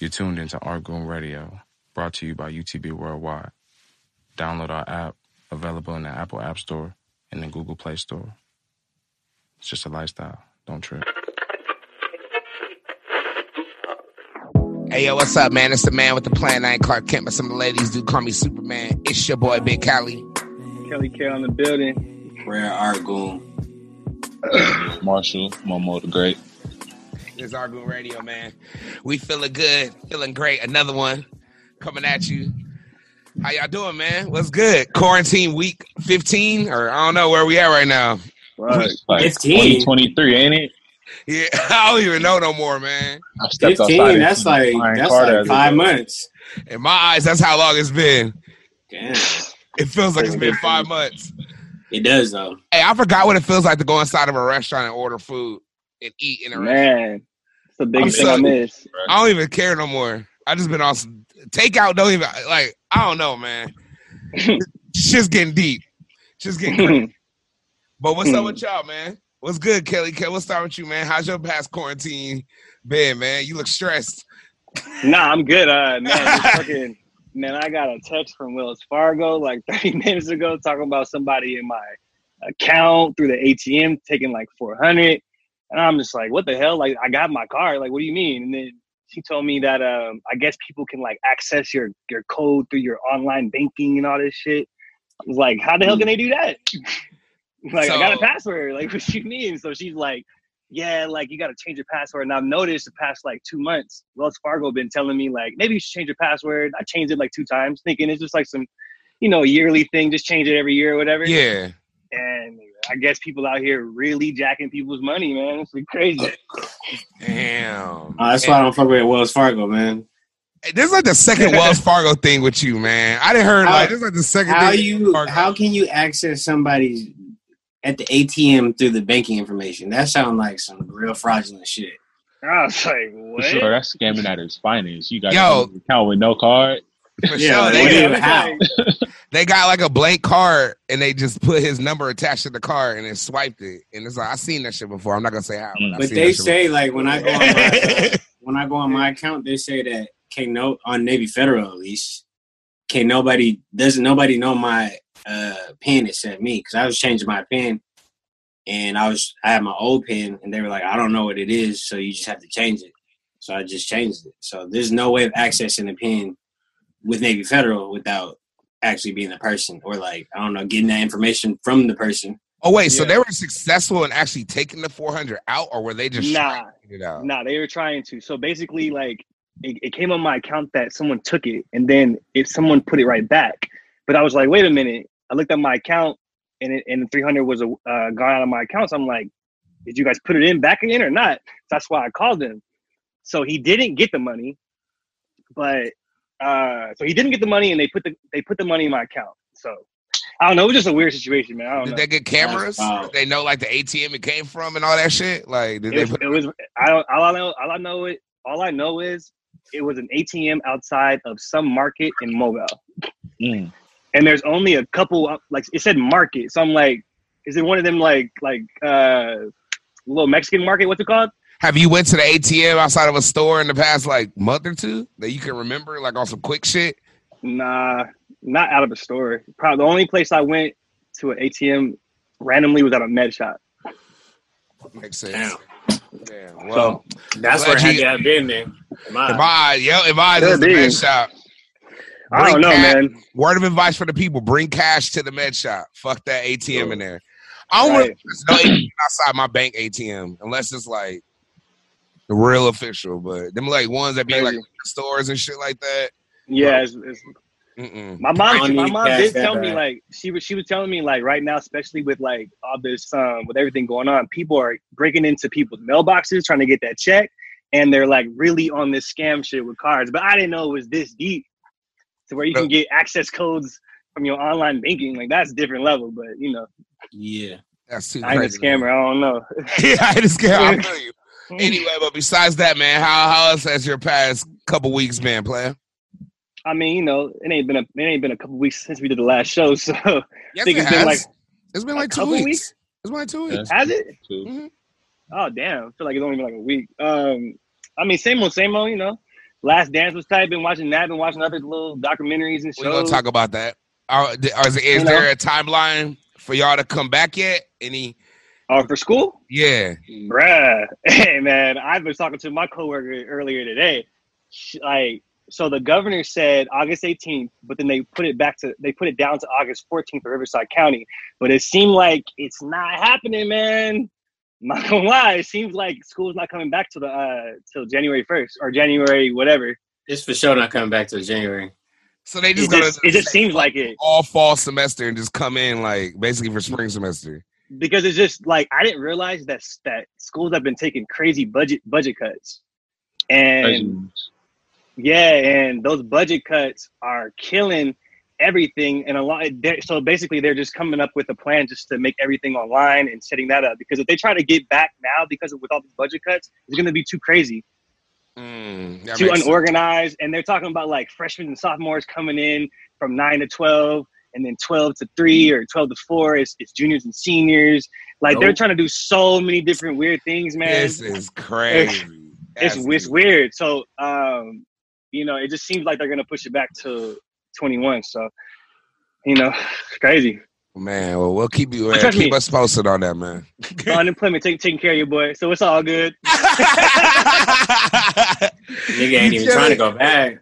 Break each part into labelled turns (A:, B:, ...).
A: You're tuned into Art Goon Radio, brought to you by UTB Worldwide. Download our app, available in the Apple App Store and the Google Play Store. It's just a lifestyle. Don't trip.
B: Hey yo, what's up, man? It's the man with the plan. I ain't Clark Kent, but some of the ladies do call me Superman. It's your boy Big Cali.
C: Kelly Kell in the building.
D: Rare Art Goon.
E: Marshall, Momo the Great.
B: It's Argo Radio, man. We feeling good, feeling great. Another one coming at you. How y'all doing, man? What's good? Quarantine week 15, or I don't know where we at right now.
C: Right.
E: It's Like
D: 15.
E: 2023, ain't it?
B: Yeah, I don't even know no more, man.
E: I stepped outside
D: Fifteen.
E: and
D: That's
E: seen
D: like
E: Ryan
D: that's
E: Carter
D: like
E: as a-
D: five months.
B: In my eyes, that's how long it's been.
D: Damn.
B: It feels like it's been five months.
D: It does though.
B: Hey, I forgot what it feels like to go inside of a restaurant and order food and eat in a restaurant.
C: Man, it's the biggest
B: I'm
C: thing I
B: so-
C: miss.
B: I don't even care no more. I just been on some takeout. Don't even like. I don't know, man. Shit's getting deep. Shit's getting. crazy. But what's up with y'all, man? What's good, Kelly? Kelly, what's up with you, man? How's your past quarantine been, man? You look stressed.
C: nah, I'm good. Uh, man, it's fucking, man, I got a text from Wells Fargo like 30 minutes ago talking about somebody in my account through the ATM taking like 400, and I'm just like, what the hell? Like, I got my card. Like, what do you mean? And then she told me that um, I guess people can like access your your code through your online banking and all this shit. I was like, how the hell can they do that? like, I got a
B: So-
C: password. Like, what you mean? So she's like yeah, like you got to change your password. And I've noticed the past like two months, Wells Fargo been telling me like maybe you should change your password. I changed it like two times, thinking it's just like some, you know, yearly thing. Just change it every year or whatever.
B: Yeah.
C: And I guess people out here really jacking people's money, man. It's like crazy.
B: Damn.
D: Uh, that's why I don't fuck with Wells Fargo, man.
B: Hey, This is like the second Wells Fargo thing with you, man. I didn't heard
D: How-
B: like this is like the second.
D: How
B: thing
D: you
B: Fargo.
D: how can you access somebody's at the ATM through the banking information? That sounds like some real fraudulent shit.
C: I was like,
E: For
C: what?
E: sure, that's scamming at its finest. You got
B: Yo.
E: an account with no card.
B: For
D: Yeah,
B: sure.
D: they
B: They,
D: do.
C: I was
D: how?
C: like,
B: they got like a blank card and they just put his number attached to the card and then swiped it. And it's like I seen that shit before. I'm not gonna say how, I
D: But
B: seen
D: they
B: that shit
D: say like when I go on my, when I go on my account, they say that can't no on Navy Federal at least can not nobody doesn't nobody know my uh pin except me because I was changing my pin and I was I had my old pin and they were like I don't know what it is so you just have to change it so I just changed it so there's no way of accessing the pin with Navy Federal without actually being the person or like I don't know getting that information from the person
B: Oh wait, so
C: Yeah.
B: they were successful in actually taking the 400 out, or were they just
C: nah,
B: striking it out?
C: nah, they were trying to. So basically, like, it, it came on my account that someone took it, and then if someone put it right back. But I was like, wait a minute. I looked at my account, and it, and 300 was uh, gone out of my account. So I'm like, did you guys put it in back again or not? So that's why I called him. So he didn't get the money, but uh, so he didn't get the money, and they put the they put the money in my account. So I don't know. It was just a weird situation, man. I don't
B: Did
C: know.
B: they get cameras?
D: wild.
B: Did they know like the ATM it came from and all that shit? Like, did they
C: it,
B: put?
C: it was I don't all I know all I know it all I know is it was an ATM outside of some market in Mobile,
E: Mm.
C: and there's only a couple uh, like it said market, so I'm like, is it one of them like like uh little Mexican market? What's it called?
B: Have you went to the ATM outside of a store in the past like month or two that you can remember, like on some quick shit?
C: Nah, not out of a store. Probably the only place I went to an ATM randomly was at a med shop.
B: Makes
D: Damn.
B: sense. Yeah. Well,
D: that's
B: Glad
D: where
B: you-
D: had to have been then uh,
B: in my eyes, yo, in my eyes,
C: Sure
B: it's the med
C: did.
B: shop.
C: I don't
B: Bring
C: know,
B: cash-
C: man.
B: Word of advice for the people: bring cash to the med shop. Fuck that ATM in there. I don't
C: Right.
B: want to no ATM outside my bank ATM unless it's like the real official. But them like ones that be like
C: Crazy.
B: stores and shit like that.
C: Yeah, it's, it's
B: Mm-mm.
C: My
D: I
C: mom,
D: don't
C: my
D: need
C: mom
D: cash
C: did
D: that
C: tell me
D: bad.
C: like she was she was telling me like right now, especially with like all this um with everything going on, people are breaking into people's mailboxes trying to get that check, and they're like really on this scam shit with cards. But I didn't know it was this deep to where you can get access codes from your online banking. Like that's a different level. But you know,
D: yeah
B: That's too
C: I ain't a
B: crazy.
C: scammer. I don't know.
B: yeah, I ain't a scammer. I feel you. Anyway, but besides that, man, how how else has your past couple weeks been, player?
C: I mean, you know, it ain't been a it ain't been a couple weeks since we did the last show. So
B: Yes,
C: Think
B: it
C: it's been
B: has.
C: like
B: it's been
C: a
B: like two
C: couple
B: weeks.
C: weeks?
B: It's been like two
E: Yeah.
B: weeks.
C: has it?
E: too.
C: Oh damn! I feel like it's only been like a week. Um, I mean, same old, same old. You know, Last Dance was tight. Been watching that. Been watching other little documentaries and
B: We're gonna
C: shows.
B: talk about that. Are, is, is
C: You know.
B: there a timeline for y'all to come back yet? Any?
C: Oh, for school,
B: Yeah.
C: bruh. Hey man, I've been talking to my coworker earlier today. Sh- Like, so the governor said August 18th, but then they put it back to they put it down to August 14th for Riverside County. But it seemed like it's not happening, man. Not gonna lie, it seems like school's not coming back till the uh till January 1st or January whatever.
D: It's for sure not coming back till January.
B: So they just
C: It
B: gonna
C: just, it just seems like it.
B: all fall semester and just come in like basically for spring semester.
C: because it's just like I didn't realize that that schools have been taking crazy budget budget cuts, and yeah, and those budget cuts are killing everything and a lot. they're- So basically, they're just coming up with a plan just to make everything online and setting that up because if they try to get back now because of with all these budget cuts, it's going to be too crazy,
B: Mm, that
C: too
B: makes sense.
C: unorganized, and they're talking about like freshmen and sophomores coming in from nine to twelve. And then twelve to three or twelve to four is it's juniors and seniors. Like they're
D: Nope.
C: trying to do so many different weird things, man
B: This is crazy.
C: it's,
B: That's-
C: it's weird. So, um, you know, it just seems like they're gonna push it back to 21. So, you know, it's crazy.
B: Man, well, we'll keep you.
C: But
B: Uh,
C: trust
B: keep
C: me.
B: us posted on that, man.
C: Unemployment take, taking care of your boy, so it's all good.
D: Nigga ain't even trying to go back.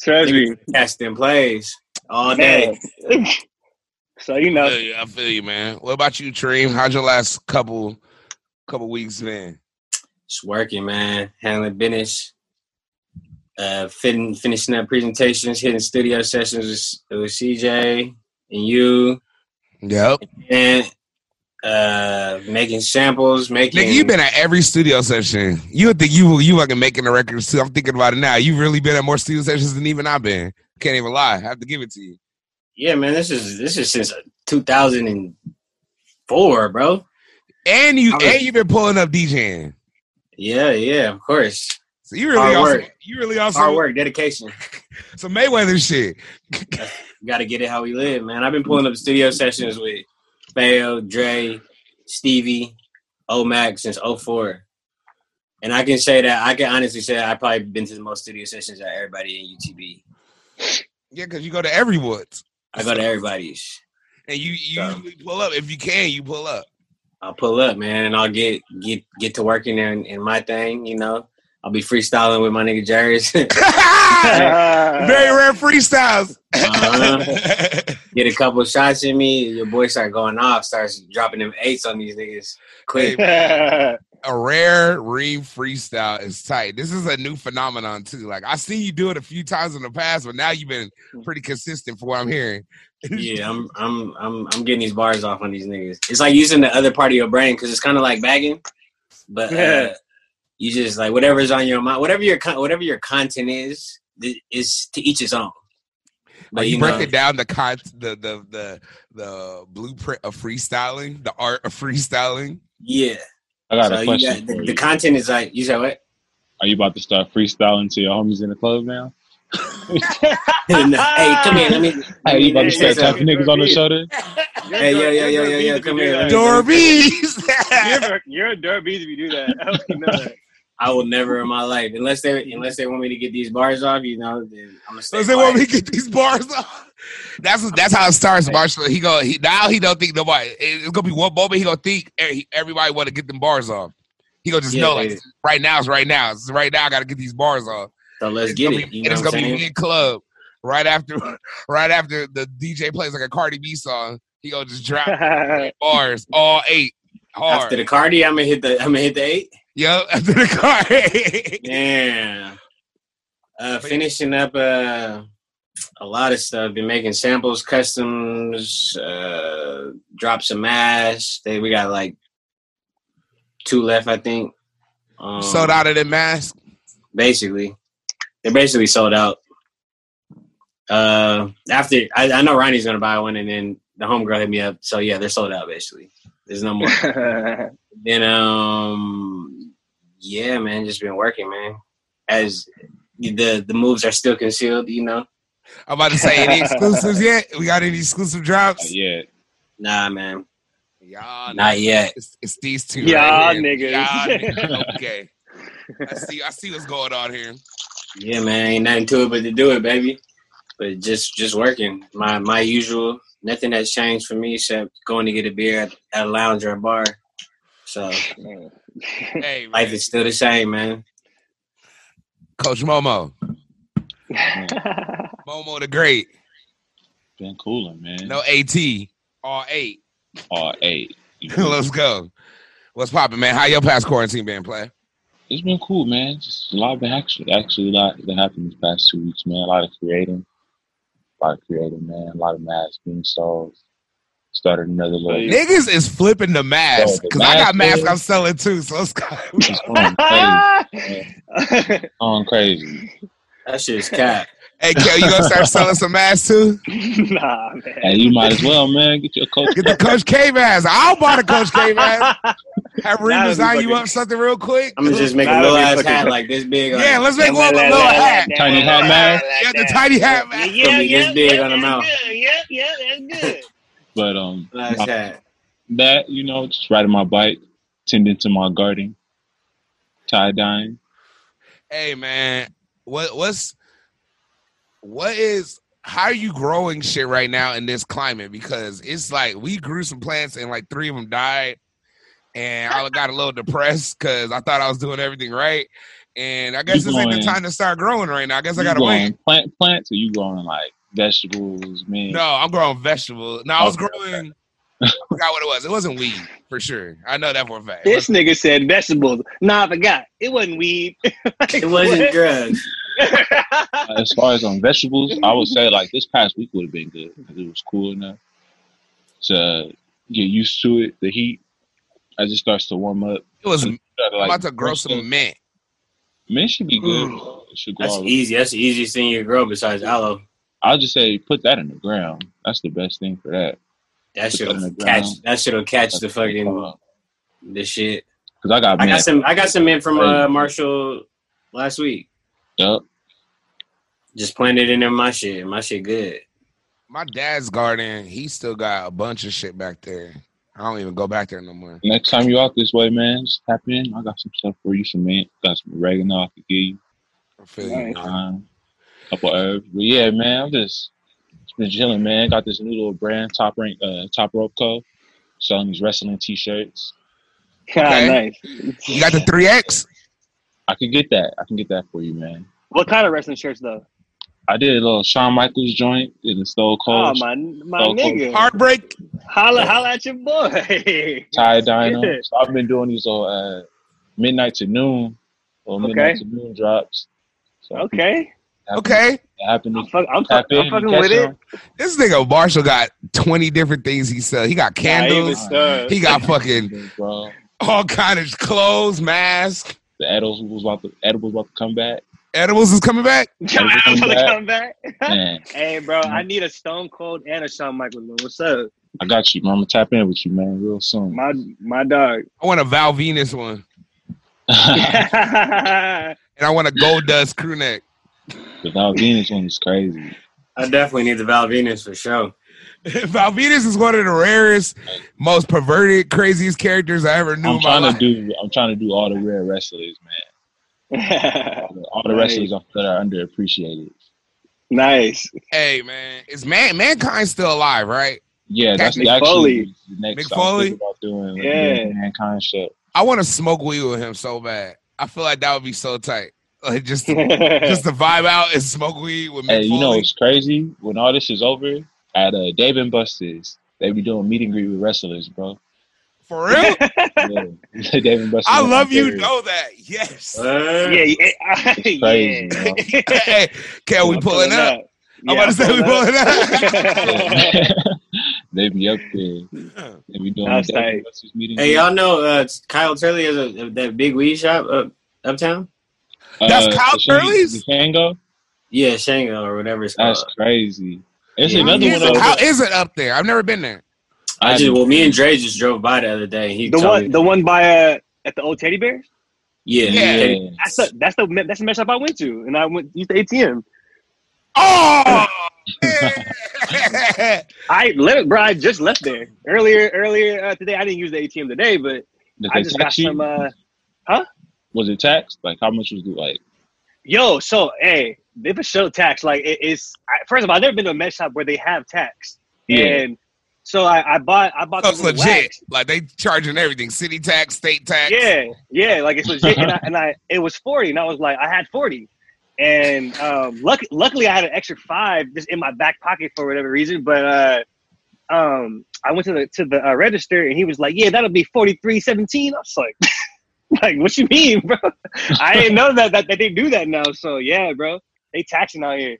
C: Trust me.
D: Casting plays all day.
C: so you
B: I
C: know,
B: feel you, I feel you, man. What about you, Dream? How's your last couple couple weeks been?
D: It's working, man. Handling business. Uh, fitting, finishing up presentations, hitting studio sessions with, with CJ and you,
B: Yep.
D: and uh, making samples, making.
B: Nigga, you been at every studio session. You would think you you fucking making the records too. I'm thinking about it now. You really been at more studio sessions than even I've been. Can't even lie. I have to give it to you.
D: Yeah, man. This is this is since 2004, bro.
B: And you
D: I was-
B: and you've been pulling up DJing.
D: Yeah, yeah, of course.
B: So you really
D: Hard
B: also
D: work.
B: you really also
D: Hard work, dedication.
B: some Mayweather shit.
D: Got to get it how we live, man. I've been pulling up studio sessions with Fayo, Dre, Stevie, Omac since 04. And I can say that I can honestly say I probably been to the most studio sessions at everybody in UTB.
B: Yeah, because you go to every woods
D: I go to everybody's.
B: and you you
D: Yeah.
B: usually pull up if you can. You pull up.
D: I'll pull up, man, and I'll get get get to work in there and, and my thing, you know. I'll be freestyling with my nigga Jerry's.
B: Very rare freestyles.
D: Uh-huh. get a couple shots in me, your boy start going off, starts dropping them eights on these niggas. Quick.
B: a rare reeve freestyle is tight. This is a new phenomenon too. Like I seen you do it a few times in the past, but now you've been
D: Mm.
B: pretty consistent for what I'm hearing.
D: yeah, I'm I'm I'm I'm getting these bars off on these niggas. It's like using the other part of your brain because it's kind of like bagging, but uh,
C: Yeah.
D: you just like whatever's on your mind, whatever your con- whatever your content is, th- is to each his own.
B: Like
D: But
B: you,
D: you
B: breaking
D: know,
B: down the con the, the the the blueprint of freestyling, the art of freestyling.
D: yeah.
E: I got
D: so
E: a
D: you
E: question
D: got- the,
E: for
D: the
E: you.
D: content is like you said what?
E: Are you about to start freestyling to your homies in the club now?
D: No, Hey, come here. Let me.
E: Hey, you about
D: Yeah,
E: to start
D: yeah,
E: tapping niggas on the shoulder?
D: Hey, yo, yo, yo, yo, yo, come here, let me-
B: Dorbees.
C: You're, you're a derbies if you do that. I hope you know that.
D: I will never in my life unless they unless they want me to get these bars off. You know, then I'm gonna stay.
B: Does they want me
D: quiet.
B: to get these bars off? That's that's how it starts, Marshall. He go he, now he don't think nobody. it- It's gonna be one moment he gonna think eh, everybody want to get them bars off. He gonna just
D: Yeah,
B: know like
D: yeah.
B: right now is right now. It's right now I gotta get these bars off.
D: So let's
B: It's
D: get
B: gonna
D: it.
B: be,
D: You
B: and
D: know
B: it's
D: what I'm
B: gonna be
D: saying?
B: mid club right after right after the DJ plays like a Cardi B song. He gonna just drop bars all eight hard.
D: After the Cardi, I'm gonna hit the I'm gonna hit the eight.
B: Yo, after the car.
D: Yeah. Uh, finishing up uh, a lot of stuff. Been making samples, customs, uh, dropped some mass. They we got like two left, I think. Um,
B: Sold out of the mask.
D: Basically, they're basically sold out. Uh, after I, I know Ronnie's gonna buy one, and then the homegirl hit me up. So yeah, they're sold out basically. There's no more. Then um yeah, man, just been working, man. As the the moves are still concealed, you know.
B: I'm about to say any exclusives yet? We got any exclusive
E: Like,
D: Uh,
B: drops?
E: yeah.
D: Nah, man.
B: Y'all
D: Not yet.
B: It's, it's these two.
C: Y'all
B: right here.
C: niggas.
B: Y'all niggas. Okay. I see. I see what's going on here.
D: Yeah, man, ain't nothing to it but to do it, baby. But just just working. My my usual. Nothing has changed for me except going to get a beer at, at a lounge or a bar. So
B: Hey, man.
D: life is still the same, man.
B: Coach Momo, Momo the Great,
E: Been cooling, man.
B: no AT, all eight.
E: All eight. You know?
B: Let's go. What's popping, man? How your past quarantine been, play?
E: it's been cool, man. Just a lot of action. Actually, a lot that happened these past two weeks, man. A lot of creating, a lot of creating, man. A lot of masks being sold. Started another
D: Oh,
E: little.
B: Niggas is flipping the mask
E: the
B: because I got
E: mask
B: masks
E: is-
B: I'm selling too. So let's go.
E: It's going crazy. Going crazy.
D: That shit's cap.
B: hey, Kel, you gonna start selling some masks too?
C: nah,
E: Hey,
C: man.
E: you might as well, man. Get your coach.
B: Get the Coach K mask. I'll buy the Coach K mask. Have Reed
C: That would be
B: design you
C: fucking-
B: up something real quick.
D: I'm gonna just make a
C: That'll
D: little
C: be
D: ass
C: fucking-
D: hat like this big. on
B: Yeah,
D: it.
B: let's make one with a little hat.
E: Tiny hat mask.
B: Yeah, the tiny hat mask.
D: Gonna be this big on the mouth.
C: Yeah, yeah, that's good.
E: But um,
D: Little ass
E: my-
D: hat.
E: that you know, just riding my bike, tending to my garden, tie dyeing.
B: Hey man, what what's what is how are you growing shit right now in this climate? Because it's like we grew some plants and like three of them died, and I got a little depressed because I thought I was doing everything right, and I guess
E: You
B: this ain't the
E: growing-
B: time to start growing right now. I guess I
E: You
B: gotta
E: growing
B: wait.
E: plant plants, or you growing like vegetables, man?
B: No, I'm growing vegetables. No, I was
E: Okay,
B: growing. I forgot what it was. It wasn't weed for sure. I know that for a fact.
C: This nigga said vegetables. Nah, I forgot. It wasn't weed.
D: It wasn't drugs.
E: As far as on vegetables, I would say like this past week would have been good because it was cool enough to get used to it. The heat, as it starts to warm up,
B: It was.
E: I'm started,
B: I'm
E: like,
B: about to grow some mint.
E: Mint should be good. It should grow.
D: That's
E: all-
D: easy. That's the easiest thing you grow besides aloe.
E: I'll just say put that in the ground. That's the best thing for that.
D: That
E: Put that
D: shit'll
E: in the
D: catch.
E: ground.
D: That shit'll catch the fucking the shit.
E: because I got
D: I got
E: mint.
D: some. I got some in from uh, Marshall last week.
E: Yup.
D: Just planted in there my shit. My shit good.
B: My dad's garden, he still got a bunch of shit back there. I don't even go back there no more.
E: Next time you out this way, man, just tap in. I got some stuff for you. Some mint, got some oregano I could give you.
B: I feel you.
C: Nice.
E: Um, couple herbs, but yeah, man, I'm just just been chilling, man. Got this new little brand, Top Rank, uh, Top Rope Co. Selling these wrestling T-shirts.
C: Ah,
B: Okay.
C: nice.
B: You got the three X?
E: I can get that. I can get that for you, man.
C: What kind of wrestling shirts though?
E: I did a little Shawn Michaels joint in the Stone
C: Oh
E: Cold
C: my, my
E: Oh, cool.
C: nigga.
B: Heartbreak?
C: Holla, holla at your boy.
E: tie dye. on.
C: Yeah.
E: So I've been doing these little uh, midnight to noon or midnight
C: Okay.
E: to noon drops. So
C: Okay,
B: Okay.
E: Happen
C: I'm,
E: to
C: fuck, I'm, fuck,
E: tap in.
C: I'm
E: and
C: fucking
E: catch
C: with it.
E: them.
B: This nigga Marshall got 20 different things he sell. He got candles.
E: started.
B: He got fucking
E: Bro,
B: all kind of clothes, masks.
E: the edibles was about to edibles about to come back.
B: Edibles is coming back.
C: Come
E: Everything
C: out for the
E: back. Mm.
C: comeback.
E: Man,
C: hey, bro, I need a Stone Cold and a Shawn Michaels. Man. What's up,
E: I got you. man. I'm gonna tap in with you, man, real soon.
C: my my dog?
B: I want a Val Venus one.
C: yeah,
B: And I want a gold dust crew neck.
E: the Valvinus one is crazy.
D: I definitely need the Val Venus for sure.
B: Val Venus is one of the rarest, most perverted, craziest characters I ever knew
E: I'm
B: in my
E: trying
B: life.
E: to do. I'm trying to do all the rare wrestlers, man. All the
C: Right.
E: wrestlers that are underappreciated.
C: nice.
B: Hey man, is man mankind still alive, right?
E: Yeah, that's
C: Mick
E: the actually
C: Foley.
E: the next
B: Mick
E: I was
B: Foley?
E: thinking about doing. Like,
C: Yeah.
E: yeah, mankind shit.
B: I want to smoke weed with him so bad. I feel like that would be so tight. Like just just
C: Just
B: to vibe out and smoke weed with Mick
E: Hey, you know
B: Foley.
E: it's crazy? When all this is over, at uh, Dave and Buster's, they be doing meet and greet with wrestlers, bro.
B: For real?
E: Yeah, Dave and Buster's.
B: I love you
E: though.
B: know that. Yes.
D: Uh,
C: yeah, yeah, yeah.
E: crazy, bro.
B: hey, Kel, we
C: I'm
B: pulling up. I'm about to say we pulling up.
E: they be up there. They be doing
C: That's
E: Dave and
C: tight.
E: Buster's meeting.
D: Hey, y'all know uh, Kyle Turley has a, that big weed shop up, uptown.
B: That's
E: Uh,
B: Kyle Turley's?
E: Django?
D: Yeah, Shango or whatever it's called.
E: That's crazy. It's
D: Yeah.
B: How
E: another
B: is
E: one.
B: it-
E: over-
B: how is it up there? I've never been there.
D: I just well, me and Dre just drove by the other day. He
C: the
D: told
C: one,
D: me-
C: the one by uh, at the old teddy bear.
D: yeah,
B: Yeah.
D: Teddy-
E: Yeah.
C: That's the that's the me- that's the mess up I went to, and I went used the ATM.
B: Oh man.
C: I let bro. I just left there earlier. Earlier uh, today, I didn't use the ATM today, but
E: Did
C: I
E: they
C: just got
E: text you?
C: some. Uh,
E: Was it taxed? Like how much was it? Like
C: Yo, so hey, they for show tax. Like it, it's I, first of all, I've never been to a med shop where they have tax.
E: Yeah.
C: And so I, I bought I bought
B: That's
C: the little
B: legit.
C: wax.
B: Like they charging everything: city tax, state tax.
C: Yeah, yeah, like it's legit. and, I, and I it was forty, and I was like, I had forty, and um, luck, luckily I had an extra five just in my back pocket for whatever reason. But uh, um, I went to the to the uh, register, and he was like, Yeah, that'll be forty three seventeen. I was like. Like what you mean, bro? I didn't know that, that that they do that now. So yeah, bro, they taxing out here.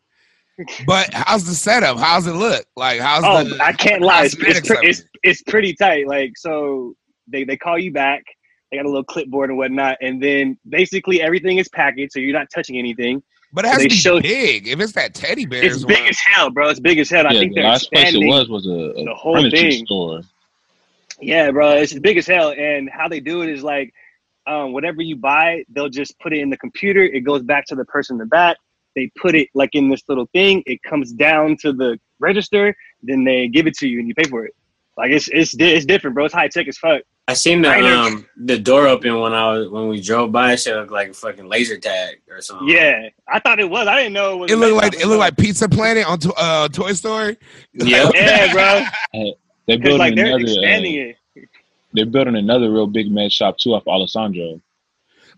B: But how's the setup? How's it look? Like how's
C: Oh,
B: the?
C: I can't lie. It's, it's,
B: cosmetics
C: pre-
B: of
C: it's, it's pretty tight. Like, so they, they call you back. They got a little clipboard and whatnot. And then basically everything is packaged, so you're not touching anything.
B: but it has
C: they
B: to be
C: show-
B: big. If it's that teddy bear,
C: it's big as hell, bro. It's big as hell. I
E: yeah,
C: think
E: the
C: they're
E: last place it
C: expanding.
E: was was a, a
C: the whole
E: furniture
C: thing.
E: store.
C: Yeah, bro. It's big as hell. And how they do it is like, um, whatever you buy, they'll just put it in the computer. It goes back to the person in the back. They put it like in this little thing. It comes down to the register. Then they give it to you and you pay for it. Like it's it's di- it's different, bro. It's high tech as fuck.
D: I seen the
C: I know.
D: um the door open when I was when we drove by. It looked like a fucking laser tag or something.
C: Yeah, I thought it was. I didn't know it was.
B: It
C: a
B: looked
C: Met
B: like
C: Gala,
B: it
C: bro.
B: looked like Pizza Planet on to, uh, Toy Story.
D: Yep.
C: Yeah, bro.
E: They're
C: Because
E: building
C: like they're
E: another.
C: expanding
E: Uh,
C: it.
E: they're building another real big med shop too off Alessandro.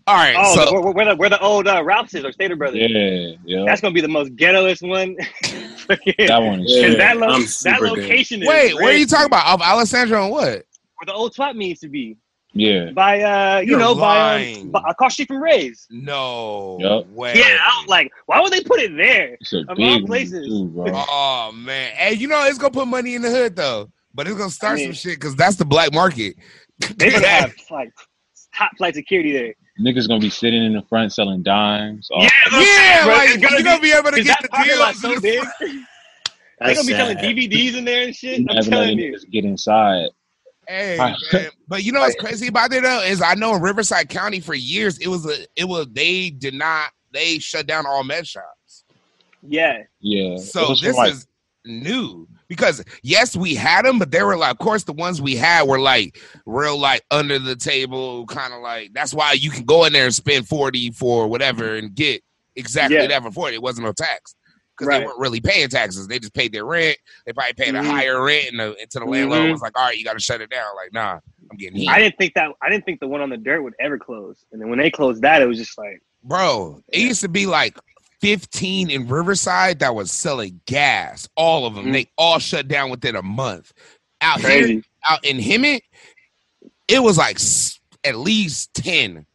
B: All right,
C: Oh,
B: so
C: where, where the where the old uh, Ralphs is or Stater Brothers.
E: Yeah, yeah.
C: That's gonna be the most ghettoest one.
E: that
C: Because
E: one is
D: Yeah.
E: shit.
C: that, lo-
D: I'm
C: that
D: super good.
C: location is
B: wait, what are you
C: crazy.
B: talking about? Of Alessandro and what?
C: Where the old swap meets to be
E: Yeah.
C: by uh you
B: You're
C: know by,
B: lying.
C: um, by across street from Ray's.
B: No
E: Yup.
B: way.
C: Yeah, I was like, why would they put it there?
E: It's a
C: all
E: big
C: places.
E: places. One too, bro.
B: Oh man, hey, you know it's gonna put money in the hood though, but it's gonna start
C: I mean-
B: some shit because that's the black market.
C: They would have like top flight security there.
E: Niggas gonna be sitting in the front selling dimes. Oh,
C: Yeah,
B: yeah,
C: bro,
B: like
C: it's gonna
B: you gonna be able to
C: Is
B: get
C: that
B: the
C: parking lot
B: deals.
C: so big? They're
D: That's
C: gonna be selling
D: sad.
C: DVDs in there and shit.
E: you
C: I'm
E: never know
C: telling
E: when
C: you.
E: niggas get inside.
B: Hey,
E: Right.
B: man. but you know what's crazy about it though is I know in Riverside County for years it was a it was they did not they shut down all med shops.
C: Yeah.
E: Yeah. It
B: So
E: was from,
B: this
E: like,
B: is new because yes we had them, but they were like of course the ones we had were like real like under the table kind of like that's why you can go in there and spend forty for whatever and get exactly
C: Yeah.
B: that for forty. It wasn't no tax. Because they
C: Right.
B: weren't really paying taxes. They just paid their rent. They probably paid
C: Mhm.
B: a higher rent and the, until the landlord
C: Mhm.
B: was like, all right, you gotta shut it down. Like, nah, I'm getting heat.
C: I didn't think that I didn't think the one on the dirt would ever close. And then when they closed that, it was just like,
B: Bro, it used to be like 15 in Riverside that was selling gas. All of them.
C: Mhm.
B: They all shut down within a month. Out here,
C: crazy.
B: out in Hemet, it was like s- at least 10.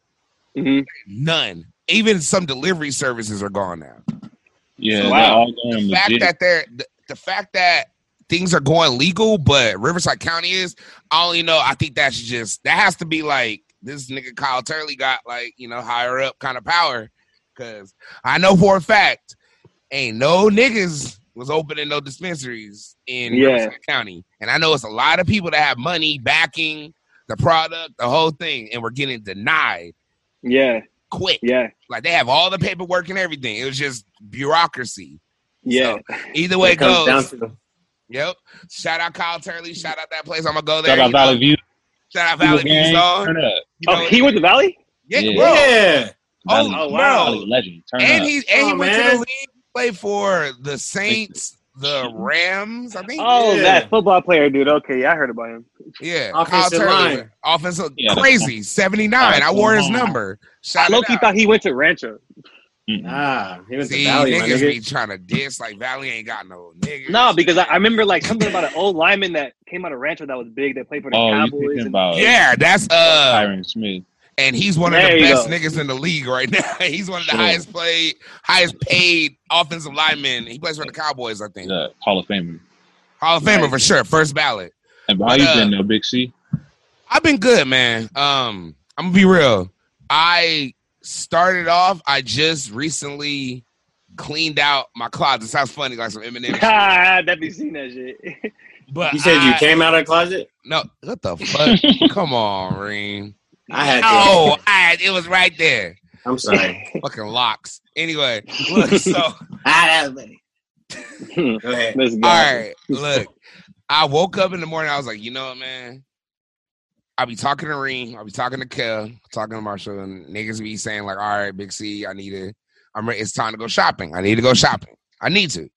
C: hmm
B: None. Even some delivery services are gone now.
E: yeah,
C: Wow.
E: they're all going
B: The fact
E: legit.
B: that they're the, the fact that things are going legal, but Riverside County is, I only know I think that's just that has to be like this nigga Kyle Turley got like, you know, higher up kind of power. Cause I know for a fact, ain't no niggas was opening no dispensaries in
C: Yeah.
B: Riverside County. And I know it's a lot of people that have money backing the product, the whole thing, and we're getting denied
C: Yeah,
B: quick.
C: yeah,
B: Like they have all the paperwork and everything. It was just bureaucracy.
C: yeah.
B: Either way it
D: comes
B: goes,
D: down to the-
B: Yep. Shout out Kyle Turley. Shout out that place. I'm gonna go there.
E: Shout out
B: You know,
E: Valley View.
B: Shout out Valley View.
E: Gang,
B: dog.
E: Turn up.
B: You
C: oh,
B: know,
C: he went to Valley.
B: yeah,
E: Yeah.
B: bro.
D: Yeah.
E: Valley,
B: Oh,
C: Oh, wow.
E: Valley
B: bro.
E: legend. Turn
B: And
E: up.
B: he and he
D: Oh,
B: went to the
D: man.
B: league, played for the Saints, the Rams, I think.
C: Oh,
D: Yeah.
C: that football player, dude. Okay, yeah, I heard about him.
B: yeah.
D: Offensive line.
B: Offensive
E: Yeah, that's-
B: crazy. 79. I wore his
E: Wow.
B: number.
C: I
B: Shout
C: low
B: out.
C: key thought he went to Rancho.
E: Mm-mm.
D: Ah, he was
B: See,
D: the valley, my
B: niggas
D: nigga.
B: be trying to diss like Valley ain't got no niggas.
C: No, because I, I remember like something about an old lineman that came out of Rancho that was big that played for the
E: Oh, you
C: Cowboys.
E: thinking
C: and-
E: about
B: yeah, that's uh
E: Tyron Smith.
B: and he's one of
C: There
B: the
C: you
B: best
C: go.
B: niggas in the league right now. he's one of the
E: Sure.
B: highest played, highest paid offensive linemen. He plays for the Cowboys, I think.
E: Yeah, Hall of Famer.
B: Hall of Famer for sure, first ballot.
E: And how
B: But,
E: you
B: uh,
E: been though, Big C?
B: I've been good, man. Um, I'm gonna be real. I started off. I just recently cleaned out my closet. Sounds funny, like some Eminem. shit.
C: Ah, I definitely seen that shit.
B: But
D: You said you
B: I-
D: came out of the closet?
B: No, what the fuck? Come on, Reem.
D: I had
B: Oh, I, it was right there.
D: to. I'm sorry.
B: Fucking locks. Anyway, look. So.
D: I had to.
C: Let's
D: Go ahead.
C: go.
B: All right, look. I woke up in the morning. I was like, you know what, man? I'll be talking to Reem. I'll be talking to Kel, talking to Marshall, and niggas be saying, like, all right, Big C, I need to, I'm ready. It's time to go shopping. I need to go shopping. I need to.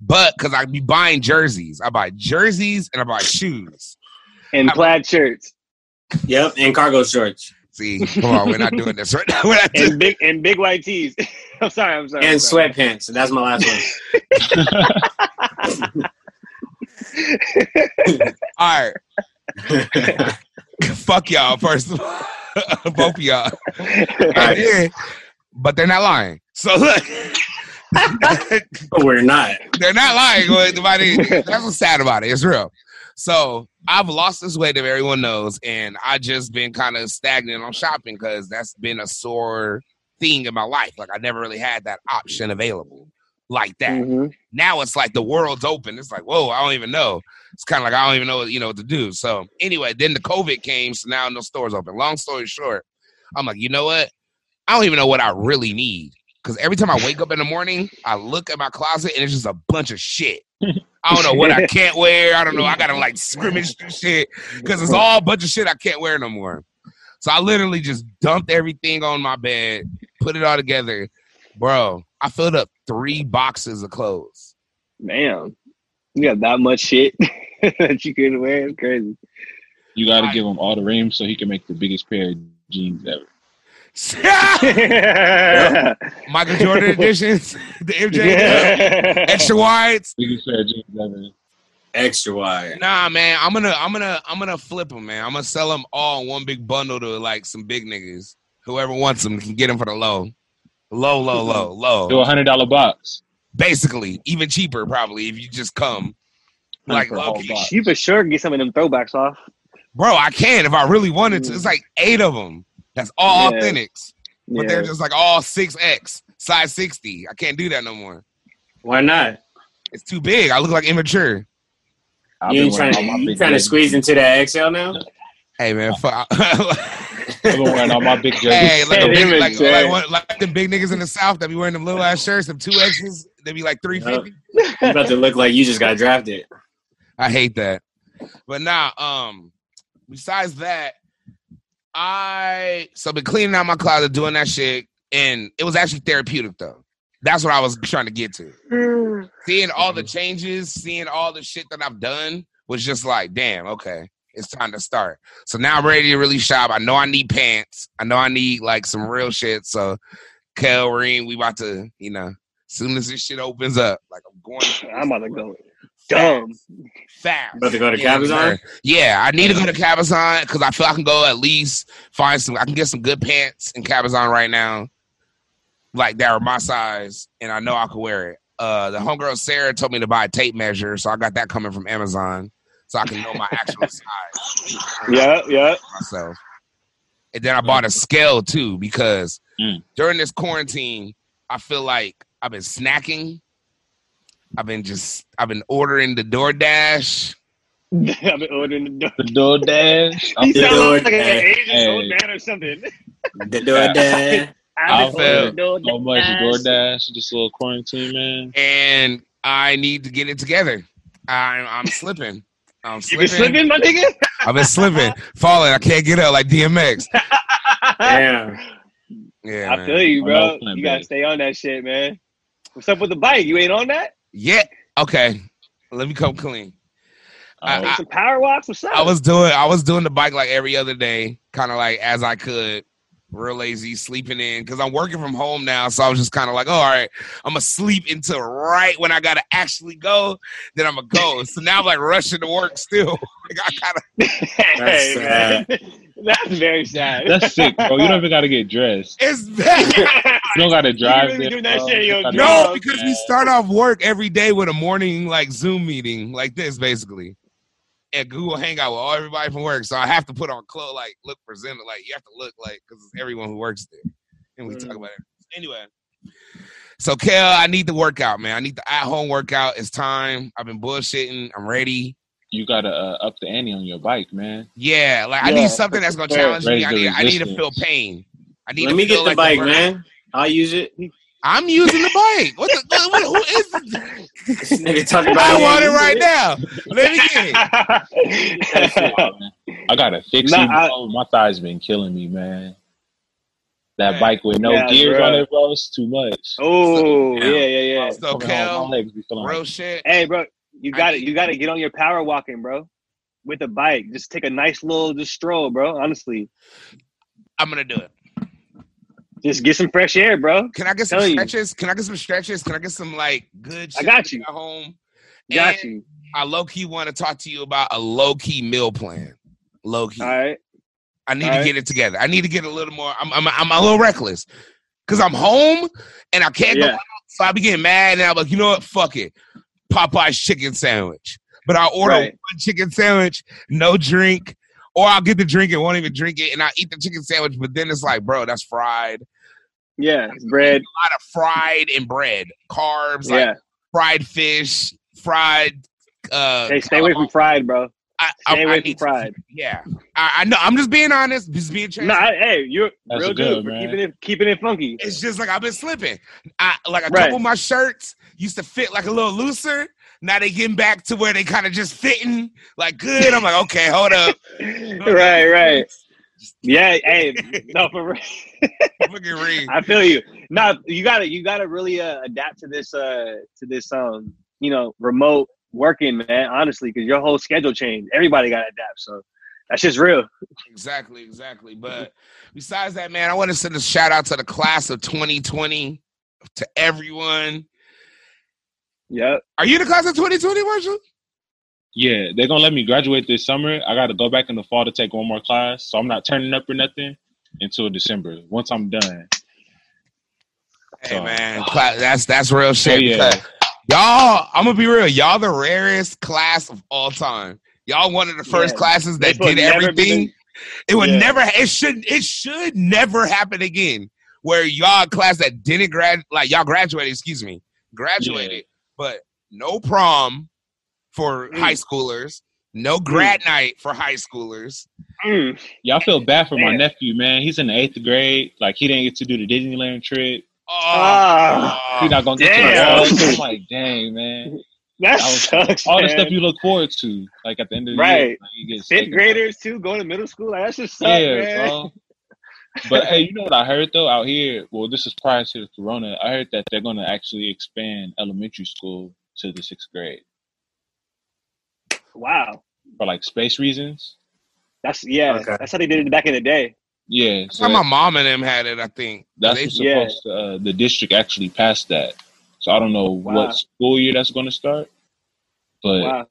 B: But because I be buying jerseys, I buy jerseys and I buy shoes.
C: and
B: I-
C: plaid shirts
D: Yep, and cargo shorts
B: See, come on, we're not doing this right now. We're not doing-
C: and big and big white tees. I'm sorry, I'm sorry. I'm
D: and
C: sorry.
D: sweatpants. That's my last one.
B: all right, fuck y'all first of all, both of y'all.
D: Right.
B: Yeah. But they're not lying. So look,
D: But we're not.
B: they're not lying. What- about it. That's what's sad about it. It's real. So I've lost this weight that everyone knows, and I just been kind of stagnant on shopping because that's been a sore thing in my life. Like I never really had that option available like that.
C: Mhm.
B: Now it's like the world's open. It's like, whoa, I don't even know. It's kind of like I don't even know, you know, what to do. So anyway, then the COVID came, so now no stores open. Long story short, I'm like, you know what? I don't even know what I really need because every time I wake up in the morning, I look at my closet and it's just a bunch of shit. I don't know what I can't wear. I don't know. I gotta like scrimmage through shit because it's all a bunch of shit I can't wear no more. So I literally just dumped everything on my bed, put it all together, bro. I filled up three boxes of clothes.
C: Damn, you got that much shit that you couldn't wear. It's crazy.
E: You got
B: Right.
E: to give him all the reams so he can make the biggest pair of jeans ever.
C: yeah.
B: Michael Jordan editions, the MJ extra wides.
E: Biggest pair of jeans ever.
D: Extra wide.
B: Nah, man, I'm gonna, I'm gonna, I'm gonna flip them, man. I'm gonna sell them all in one big bundle to like some big niggas. Whoever wants them can get them for the low, low, low, low,
E: Do
B: low.
E: a hundred dollar box.
B: Basically, even cheaper probably if you just come. Like,
E: For a whole
B: low-key.
E: box.
C: You for sure can get some of them throwbacks off.
B: bro, I can if I really wanted to. It's like eight of them. That's all
C: Mm. Yeah.
B: authentics, but
C: Yeah.
B: they're just like all six X size sixty. I can't do that no more.
D: Why not?
B: It's too big. I look like immature.
E: I've
D: You
E: been
D: ain't trying
E: wearing
D: to,
E: all my
D: you
E: big
D: trying to
E: jerseys.
D: squeeze into that XL now?
B: Hey man, fuck.
E: I've been wearing all my big jerseys.
B: hey, like, a
C: Hey,
B: big, like,
C: immature.
B: like, one, like the big niggas in the south that be wearing them little ass shirts, them two X's, they be like three fifty.
D: You about to look like you just got drafted.
B: I hate that. But nah, um, besides that, I so been cleaning out my closet, doing that shit, and it was actually therapeutic though. That's what I was trying to get to. Seeing all the changes, seeing all the shit that I've done was just like, damn, okay, it's time to start. So now I'm ready to really shop. I know I need pants. I know I need like some real shit. So Kel Reem, we about to, you know, soon as this shit opens up, like I'm going
C: I'm about to go dumb.
B: fast.
D: About to go to
B: Yeah,
D: Cabazon?
B: Yeah, I need to go to Cabazon because I feel I can go at least find some. I can get some good pants in Cabazon right now, like that are my size, and I know I can wear it. Uh, the homegirl Sarah told me to buy a tape measure, so I got that coming from Amazon, so I can know my actual size
C: Yeah, yeah.
B: myself. And then I bought a scale too because
E: Mm.
B: during this quarantine, I feel like I've been snacking. I've been just I've been ordering the DoorDash.
C: I've been ordering the dumb.
E: The DoorDash.
C: He
E: I'm-
D: the
C: sounds like an
D: DoorDash.
C: Asian old
E: Hey.
C: dad or something.
D: The door there.
E: I've
C: I've been
E: ordered
C: ordering the
E: so much
C: DoorDash.
E: DoorDash. This little quarantine, man.
B: and I need to get it together. I'm, I'm slipping. I'm
C: You
B: slipping.
C: been slipping, my nigga?
B: I've been slipping, falling. I can't get up like DMX.
D: Damn.
B: Yeah,
C: I
B: man.
C: feel you,
E: I
C: bro.
E: love plant
C: You gotta
E: based.
C: stay on that shit, man. What's up with the bike? You ain't on that?
B: Yeah. Okay. Let me come clean. I-
E: Oh,
B: I-
C: Some power walks? What's up?
B: I was doing I was doing the bike like every other day, kind of like as I could, real lazy, sleeping in because I'm working from home now. So I was just kind of like, oh, all right, I'm gonna sleep until right when I gotta actually go, then I'm gonna go. so now I'm like rushing to work still. like, I gotta
C: hey, man. That's very sad.
E: that's sick, bro. You don't even gotta get dressed.
B: it's bad.
E: You don't gotta drive
C: really
E: there,
C: do that
E: bro.
C: shit in your
E: You gotta-
B: No,
C: Yeah.
B: because we start off work every day with a morning like Zoom meeting like this basically. At Google Hangout with all everybody from work. So I have to put on clothes like look presented. Like you have to look like because it's everyone who works there. And we talk about it. Anyway. So Kel, I need the workout, man. I need the at home workout. It's time. I've been bullshitting. I'm ready.
E: You gotta uh, up the ante on your bike, man.
B: Yeah, like I
C: Yeah,
B: need something that's gonna
C: sure.
B: challenge me.
E: Raise
B: I
E: the
B: need I need to
E: resistance.
B: feel pain. I need
D: Let
B: to
D: me
B: feel
D: get the
B: like
D: bike,
B: burn.
D: man. I'll use it.
B: I'm using the bike. What the? What, what, who is this?
D: This nigga talking about
B: I want it right now. Let me get it.
E: I gotta fix
C: Nah,
E: it.
C: I-
E: bro. My thigh's been killing me, man. That
B: Man.
E: bike with no
C: Yeah,
E: gears
C: bro.
E: on it, bro, it's too much.
C: oh
A: Yeah.
C: yeah, yeah, yeah.
B: So
E: Fucking all
B: Kel,
E: my legs be feeling
B: real
E: like,
B: shit.
C: Hey, bro, you
B: I
C: got it.
B: need-
C: You got to get on your power walking, bro. With a bike, just take a nice little just stroll, bro. Honestly,
B: I'm gonna do it.
C: just get some fresh air, bro.
B: Can I get some
C: Tell you.
B: stretches? Can I get some stretches? Can I get some like good?
C: I
B: Shit
C: got
B: to
C: you.
B: At home,
C: Got
B: And-
C: you.
B: I low key want to talk to you about a low key meal plan. Low key,
C: All right.
B: I need
C: all
B: to
C: right.
B: get it together. I need to get a little more. I'm I'm, I'm a little reckless because I'm home and I can't go
C: Yeah.
B: out, so I be getting mad and I'm like, you know what? Fuck it, Popeye's chicken sandwich. But I order
C: Right.
B: one chicken sandwich, no drink, or I'll get the drink and won't even drink it, and I eat the chicken sandwich. But then it's like, bro, that's fried.
C: Yeah. Bread.
B: A lot of fried and bread, carbs, like
C: Yeah.
B: fried fish, fried. Uh,
C: Hey, stay away from fried, bro.
B: I,
C: Stay away from
B: need-
C: fried.
B: Yeah, I, I know. I'm just being honest. Just being
C: No,
B: transparent.
C: I, hey, you're
E: That's
C: real
E: good,
C: dude for
E: man.
C: keeping it keeping it funky.
B: It's just like I've been slipping. I like a
C: Right.
B: couple of my shirts used to fit like a little looser. Now they getting back to where they kind of just fitting like good. I'm like, okay, hold up.
C: right. Right. Yeah. Hey. No, for real.
B: Fucking ring.
C: I feel you. No, you gotta you gotta really uh, adapt to this uh to this um you know remote working, man. Honestly, because your whole schedule changed. Everybody gotta adapt. So that's just real.
B: Exactly, exactly.
C: Mm-hmm.
B: But besides that, man, I want to send a shout out to the class of 2020 to everyone.
C: Yep.
B: Are you the class of 2020, Marshall?
E: Yeah, they're gonna let me graduate this summer. I gotta go back in the fall to take one more class, so I'm not turning up or nothing until December. Once I'm done,
B: Hey
E: Sorry.
B: man, cla- that's that's real shit.
E: yeah.
B: because Y'all, I'm gonna be real. Y'all the rarest class of all time. Y'all one of the first
C: Yeah.
B: classes that
C: This will
B: did
C: never be
B: everything.
C: the-
B: It would
C: Yeah.
B: never. It should. It should never happen again. Where y'all class that didn't grad like y'all graduated. Excuse me, graduated, but no prom for
C: Mm.
B: high schoolers. No grad night for high schoolers.
C: Mm.
E: yeah, I feel bad for my
C: Damn.
E: nephew, man. He's in the eighth grade. Like he didn't get to do the Disneyland trip.
B: Oh,
C: Ah,
E: He's not gonna get
C: Damn.
E: to the I'm like, dang, man.
C: that
E: I was-
C: sucks.
E: All
C: man.
E: the stuff you look forward to, like at the end of the year,
C: Right.
E: like, you get
C: fifth
E: taken-
C: graders too going to middle school. Like that's just sucks,
E: Yeah,
C: man.
E: bro. But hey, you know what I heard though out here? Well, this is prior to the corona. I heard that they're gonna actually expand elementary school to the sixth grade
C: Wow.
E: for like space reasons.
C: That's yeah.
D: Okay.
C: That's how they did it back in the day.
E: Yeah,
B: that's
E: so
B: how
E: that-
B: my mom and them had it. I think
E: that's
B: They-
E: what's
C: Yeah.
E: supposed to, uh, the district actually passed that. So I don't know
C: Wow.
E: what school year that's gonna start, but
C: Wow.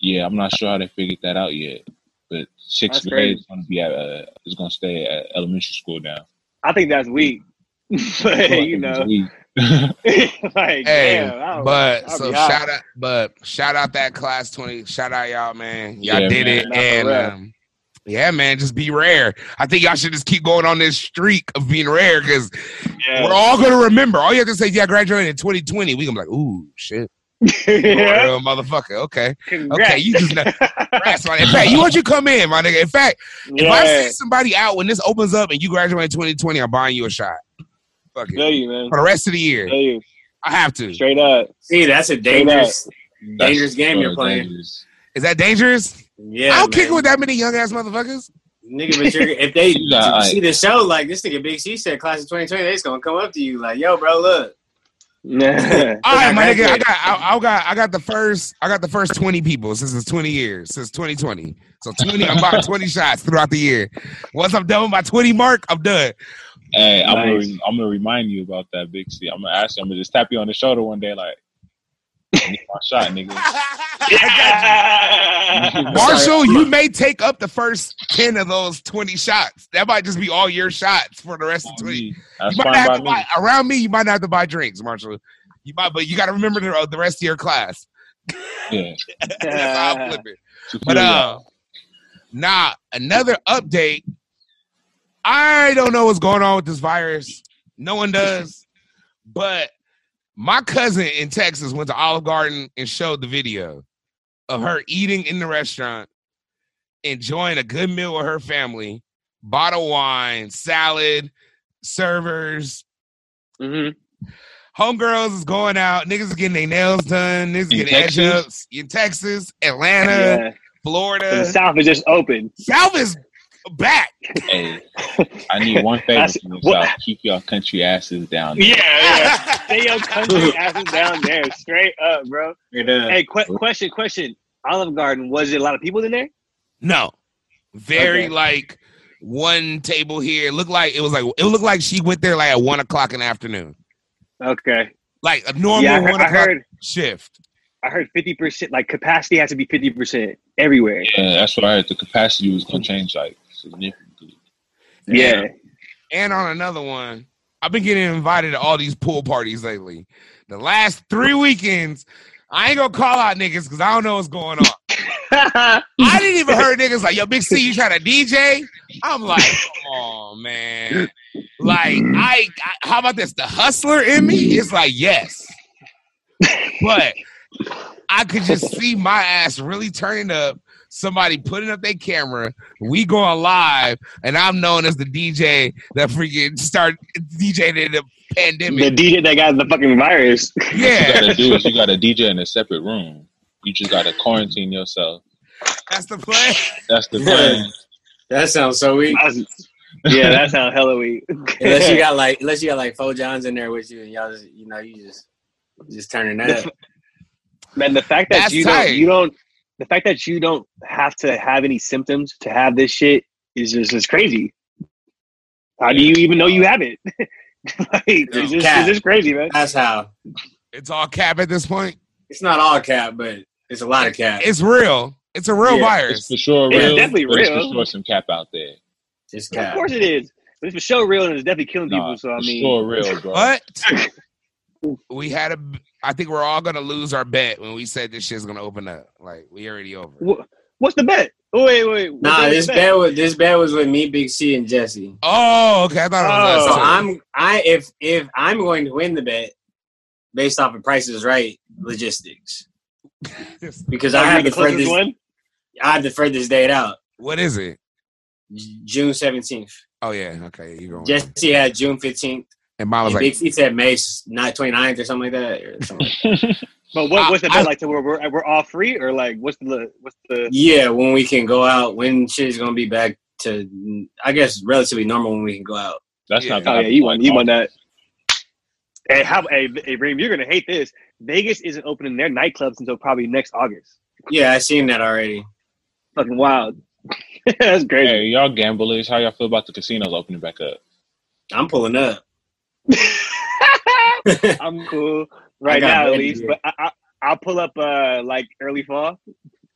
E: yeah, I'm not sure how they figured that out yet. But sixth
C: That's
E: grade
C: crazy.
E: is gonna be at uh, is gonna stay at elementary school now.
C: I think that's weak. but
E: Like,
C: you
E: it's
C: know,
E: weak.
C: like
B: Hey,
C: damn, I don't-
B: but
C: I'll
B: so
C: be hot.
B: shout out, but shout out that class twenty. Shout out y'all, man. Y'all
E: Yeah,
B: did
E: man.
B: it,
C: Not for
B: and
C: real.
B: um, yeah, man. Just be rare. I think y'all should just keep going on this streak of being rare because
C: Yeah.
B: we're all gonna remember. All you have to say, is, "Yeah, I graduated in 2020." We gonna be like, "Ooh, shit,
C: yeah.
B: real motherfucker." Okay,
C: Congrats.
B: okay, you just know. Congrats, my- In fact, you want you come in, my nigga. In fact, if I
C: yeah.
B: send somebody out when this opens up and you graduate in 2020, I'm buying you a shot. Fuck it
C: Feel you, man.
B: for the rest of the year.
C: Feel you.
B: I have to.
C: Straight up.
D: See, that's a dangerous,
E: That's
D: dangerous game you're
E: so
D: playing.
E: dangerous.
B: Is that dangerous?
D: Yeah,
B: I don't
D: man.
B: kick it with that many young ass motherfuckers.
D: Nigga, but you're, if they
E: You
D: if
E: got,
D: you
E: like-
D: see the show like this nigga Big C said, class of 2020, they just gonna come up to you like, yo, bro, look.
C: Yeah.
B: All right, my nigga, I
D: graduated.
B: got, I, I got, I got the first, I got the first twenty people since it's twenty years, since twenty twenty. So twenty, I'm about twenty shots throughout the year. Once I'm done with my twenty mark, I'm done.
E: Hey, I'm, gonna
C: Nice.
E: re- I'm gonna remind you about that, Big C. I'm gonna ask you. I'm gonna just tap you on the shoulder one day, like, "I need my shot, nigga.
B: Marshall, you may take up the first ten of those twenty shots. That might just be all your shots for the rest of
E: That's
B: twenty.
E: me.
B: You
E: That's
B: might not have
E: fine
B: to
E: by me.
B: buy, around me. You might not have to buy drinks, Marshall. You might, but you got to remember the, the rest of your class.
E: Yeah.
B: That's how I'm flipping.
E: So
B: But
E: feel
B: uh, nah, another update. I don't know what's going on with this virus. No one does. But my cousin in Texas went to Olive Garden and showed the video of her eating in the restaurant, enjoying a good meal with her family, bottle of wine, salad, servers,
D: Mm-hmm.
C: Mhm.
B: Homegirls is going out. Niggas is getting their nails done. Niggas
E: In
B: getting edge
E: Texas?
B: ups in Texas, Atlanta,
C: Yeah, the
B: Florida.
C: South is just open.
B: South is back.
E: Hey, I need one favor
C: That's-
E: from you,
C: what-
E: South. Keep your country asses down.
C: Yeah, yeah. Stay your country asses down there, straight up, bro.
D: It, uh,
C: Hey, que- question, question. Olive Garden, was it a lot of people in there?
B: No, very
C: Okay.
B: like one table here. It looked like it was like it looked like she went there like at one o'clock in the afternoon,
C: Okay.
B: like a normal
C: yeah, I heard.
B: one
C: I
B: o'clock
C: heard,
B: shift.
C: I heard 50%, like capacity has to be 50% everywhere.
E: Yeah, that's what I heard. The capacity was gonna change like significantly.
C: Yeah.
B: And on another one, I've been getting invited to all these pool parties lately. The last three weekends, I ain't gonna call out niggas because I don't know what's going on. I didn't even heard niggas like, yo, Big C, you trying to DJ? I'm like, come on, man. Like, I, I how about this? The hustler in me is like, yes. But I could just see my ass really turning up, somebody putting up their camera, we going live, and I'm known as the DJ that freaking started DJing in the
C: the
B: pandemic.
C: DJ that got the fucking virus.
E: What you
B: Yeah,
E: gotta do is you gotta DJ in a separate room. You just gotta quarantine yourself.
B: that's the play.
E: That's the plan.
D: that sounds so weak.
C: I was- yeah, that sounds hella weak.
D: Unless you got like, unless you got like four Johns in there with you, and y'all just, you know, you just, just turning that up.
C: Man, the fact that
B: That's
C: you
B: tight.
C: don't, you don't, the fact that you don't have to have any symptoms to have this shit is just is crazy. How do you even know you have it? like, it's, just, it's just crazy, man.
D: That's how.
B: It's all cap at this point.
D: It's not all cap, but it's a lot of cap.
B: It's real. It's a real
D: Yeah,
B: virus.
E: It's for sure
C: It's
E: real.
C: definitely
E: but It's
C: real.
E: for sure some cap out there.
D: It's
C: Of
D: cap.
C: course it is. But it's for show real and it's definitely killing
E: Nah,
C: people. So I
E: for
C: mean,
E: sure real, bro.
B: But we had a. I think we're all gonna lose our bet when we said this shit's gonna open up. Like we already over. it.
C: wha- what's the bet? Oh, wait, wait. what's
D: Nah,
C: the
D: this bad was this bad was with me, Big C, and Jesse.
B: Oh, okay. I thought it was
D: So
B: us
C: Oh.
B: too.
D: I'm I if if I'm going to win the bet based off of prices right logistics
B: This-
D: because
C: Oh,
D: I
C: you're
D: have
C: the
D: to
C: closest
D: furthest
C: one.
D: I have to furthest date out
B: What is it?
D: J- June seventeenth.
B: Oh yeah. Okay, you going?
D: Jesse had June fifteenth.
B: and mine was
D: And
B: like,
D: Big C said May s- not 29th or something like that. Or something like
C: But what,
B: I-
C: what's the
B: I-
C: bet like to where we're we're all free or like what's the what's the
D: that. yeah, when we can go out, when shit is gonna be back to I guess relatively normal when we can go out.
E: That's
B: Yeah.
E: not
C: Oh
E: bad.
C: yeah, you won. You won that. Hey, how? Hey, hey, Reem, you're gonna hate this. Vegas isn't opening their nightclubs until probably next August.
D: Yeah, I seen that already.
C: Fucking wild. That's crazy.
E: Hey, y'all gamblers, how y'all feel about the casinos opening back up?
D: I'm pulling up.
C: I'm cool right
D: I got
C: now at
D: ready.
C: least, but I, I, I'll pull up uh like early fall.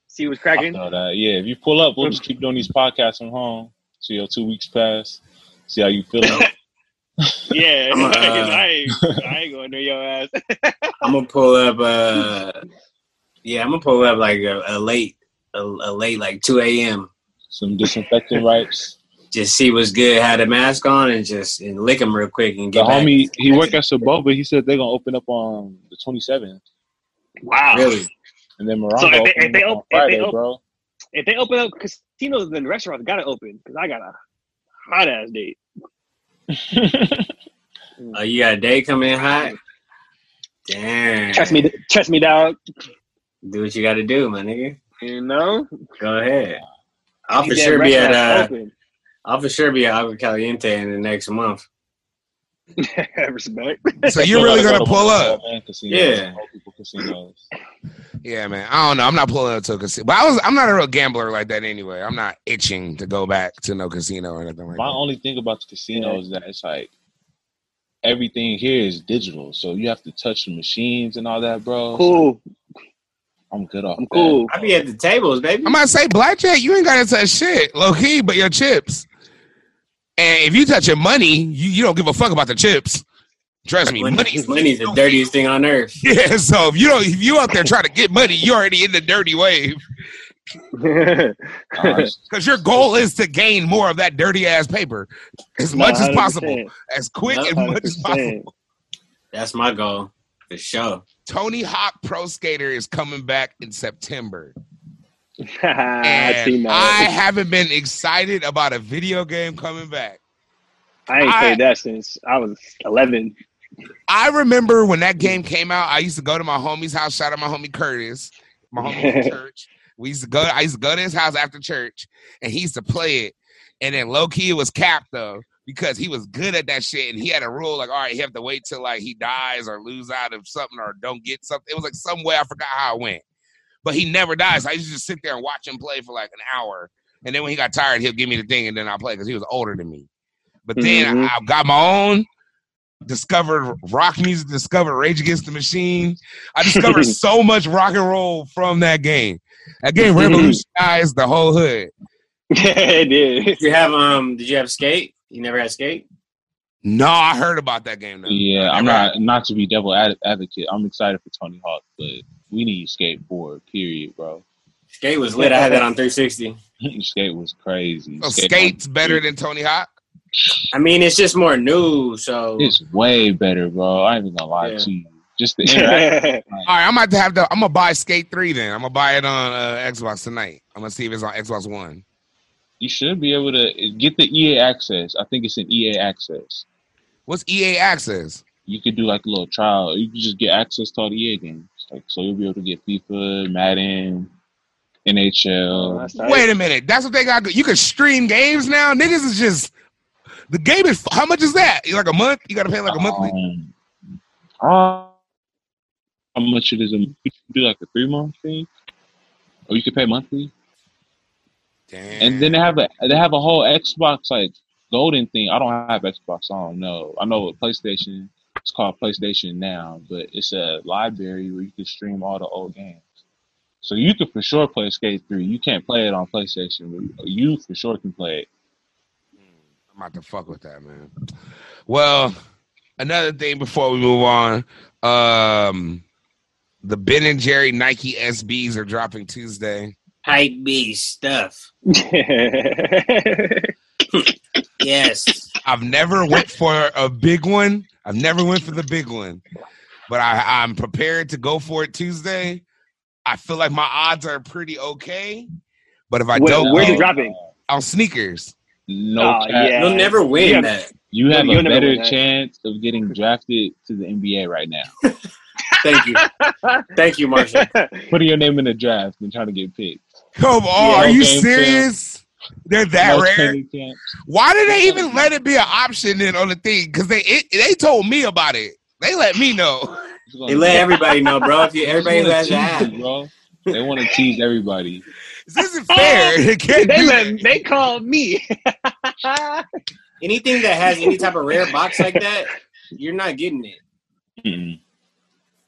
C: See what's
E: I
C: cracking.
E: know that. Yeah, if you pull up, we'll just keep doing these podcasts from home. See your two weeks pass. See how you feeling.
C: Yeah,
D: I'm, uh,
C: I, ain't, I ain't going near your ass.
D: I'm gonna pull up. Uh, yeah, I'm gonna pull up like a, a late, a, a late like two a.m.
E: Some disinfectant wipes.
D: Just see what's good. Had a mask on and just and lick them real quick and
E: The
D: get back.
E: homie, he worked at Saboba. He said they're gonna open up on the 27th,
C: Wow.
D: Really?
E: and then Morocco
C: So if they- if
E: opening
C: they op-
E: up on
C: if they
E: Friday,
C: op-
E: bro.
C: If they open up casinos, then restaurants gotta open because I got a hot ass date.
D: Oh, you got a day coming in hot. Damn.
C: Trust me, trust me, dog.
D: Do what you got to do, my nigga.
C: You know.
D: Go ahead. I'll for
C: These
D: sure
C: damn
D: be at
C: restaurants
D: uh, I'll for sure be at Agua Caliente in the next month.
C: open. Respect.
B: so you're really gonna pull up? Oh
E: And casinos,
D: Yeah.
E: old people casinos.
B: Yeah, man. I don't know. I'm not pulling up to a casino. But I was. I'm not a real gambler like that anyway. I'm not itching to go back to no casino or anything like
E: My
B: that.
E: only thing about the casino is that it's like everything here is digital, so you have to touch the machines and all that, bro.
C: Cool.
E: I'm good off.
C: I'm
E: that.
C: cool.
D: I'll be at the tables, baby.
B: I might say blackjack. You ain't got to touch shit, low key, but your chips. And if you touch your money, you, you don't give a fuck about the chips. Trust me,
D: Money-
B: money's
D: money's the dirtiest thing on earth.
B: Yeah, so if you don't, if you out there trying to get money, you're already in the dirty wave
E: Nah, it's-
B: because your goal is to gain more of that dirty ass paper as much as possible, as quick and much as possible.
D: That's my goal for sure.
B: Tony Hawk Pro Skater is coming back in September,
C: I
B: and I
C: I,
B: haven't been excited about a video game coming back.
C: ain't
B: I-
C: played that since I was 11.
B: I remember when that game came out, I used to go to my homie's house. Shout out my homie Curtis, my homie from church. We used to go. I used to go to his house after church, and he used to play it. And then low key, it was capped though because he was good at that shit, and he had a rule like, all right, you have to wait till like he dies or lose out of something or don't get something. It was like some way I forgot how it went, but he never dies. I used to just sit there and watch him play for like an hour, and then when he got tired, he'll give me the thing, and then I'll play because he was older than me. But then
C: Mhm.
B: I, I got my own, discovered rock music, discovered Rage Against the Machine. I discovered so much rock and roll from that game. That game revolutionized the whole hood.
C: yeah, it did.
D: Did you have um? Did you have skate? You never had skate.
B: No, I heard about that game. Though.
E: Yeah, I'm
B: Never-
E: not not to be devil ad- advocate. I'm excited for Tony Hawk, but we need skateboard. Period, bro.
D: Skate was lit. I had that on 360.
E: Skate was crazy.
B: So
E: Skate-
B: Oh, skate's better than Tony Hawk.
D: I mean, it's just more new. So
E: It's way better, bro. I ain't even gonna lie
D: Yeah.
E: to you. Just the interaction.
B: All right, I'm about to have to. I'm gonna buy Skate Three then. I'm gonna buy it on uh, Xbox tonight. I'm gonna see if it's on Xbox One.
E: you should be able to get the EA access. I think it's an EA access.
B: What's EA Access?
E: You could do like a little trial. or You could just get access to all the EA games. Like so, you'll be able to get FIFA, Madden,
C: Oh,
E: NHL.
C: that's tight.
B: Wait a minute, that's what they got. You can stream games now. Niggas is just the game is. How much is that? Like a month? You gotta pay like a monthly.
E: Um, uh, how much it is a you can do like a three month thing, or you could pay monthly.
B: Damn.
E: And then they have a they have a whole Xbox like golden thing. I don't have Xbox. I don't know. I know with PlayStation. It's called PlayStation Now, but it's a library where you can stream all the old games. So you could for sure play Skate Three. You can't play it on PlayStation, but you for sure can play it.
B: I'm about to fuck with that, man. Well, another thing before we move on, um, the Ben and Jerry Nike SBs are dropping Tuesday.
D: hype beast stuff. Yes.
B: I've never went for a big one. I've never went for the big one, but I, I'm prepared to go for it Tuesday. I feel like my odds are pretty okay, but if I
C: Where-
B: don't,
C: where'd you
B: go,
C: drop it?
B: on sneakers?
E: No,
C: Aw,
E: cap.
D: You'll
C: Oh, Yeah.
D: never win
C: Yeah.
D: that.
E: you have
C: You'll
E: a
C: never
E: better
C: win that.
E: chance of getting drafted to the NBA right now.
D: Thank you. Thank you, Marshall.
E: Putting your name in the draft and trying to get picked.
B: Come on, are
E: no
B: you
E: game, Phil.
B: serious? They're that
E: Most
B: rare.
E: training camps.
B: Why did they even let it be an option then on the thing? Because they it, they told me about it. They let me know.
E: It's gonna
D: They let everybody know, bro. If you everybody who has an
E: They wanna
D: app.
E: tease you, bro. They want to tease everybody.
B: This isn't fair. It can't
C: they
B: do
C: let,
B: that.
C: they called me.
D: Anything that has any type of rare box like that, you're not getting it.
E: Mm-mm.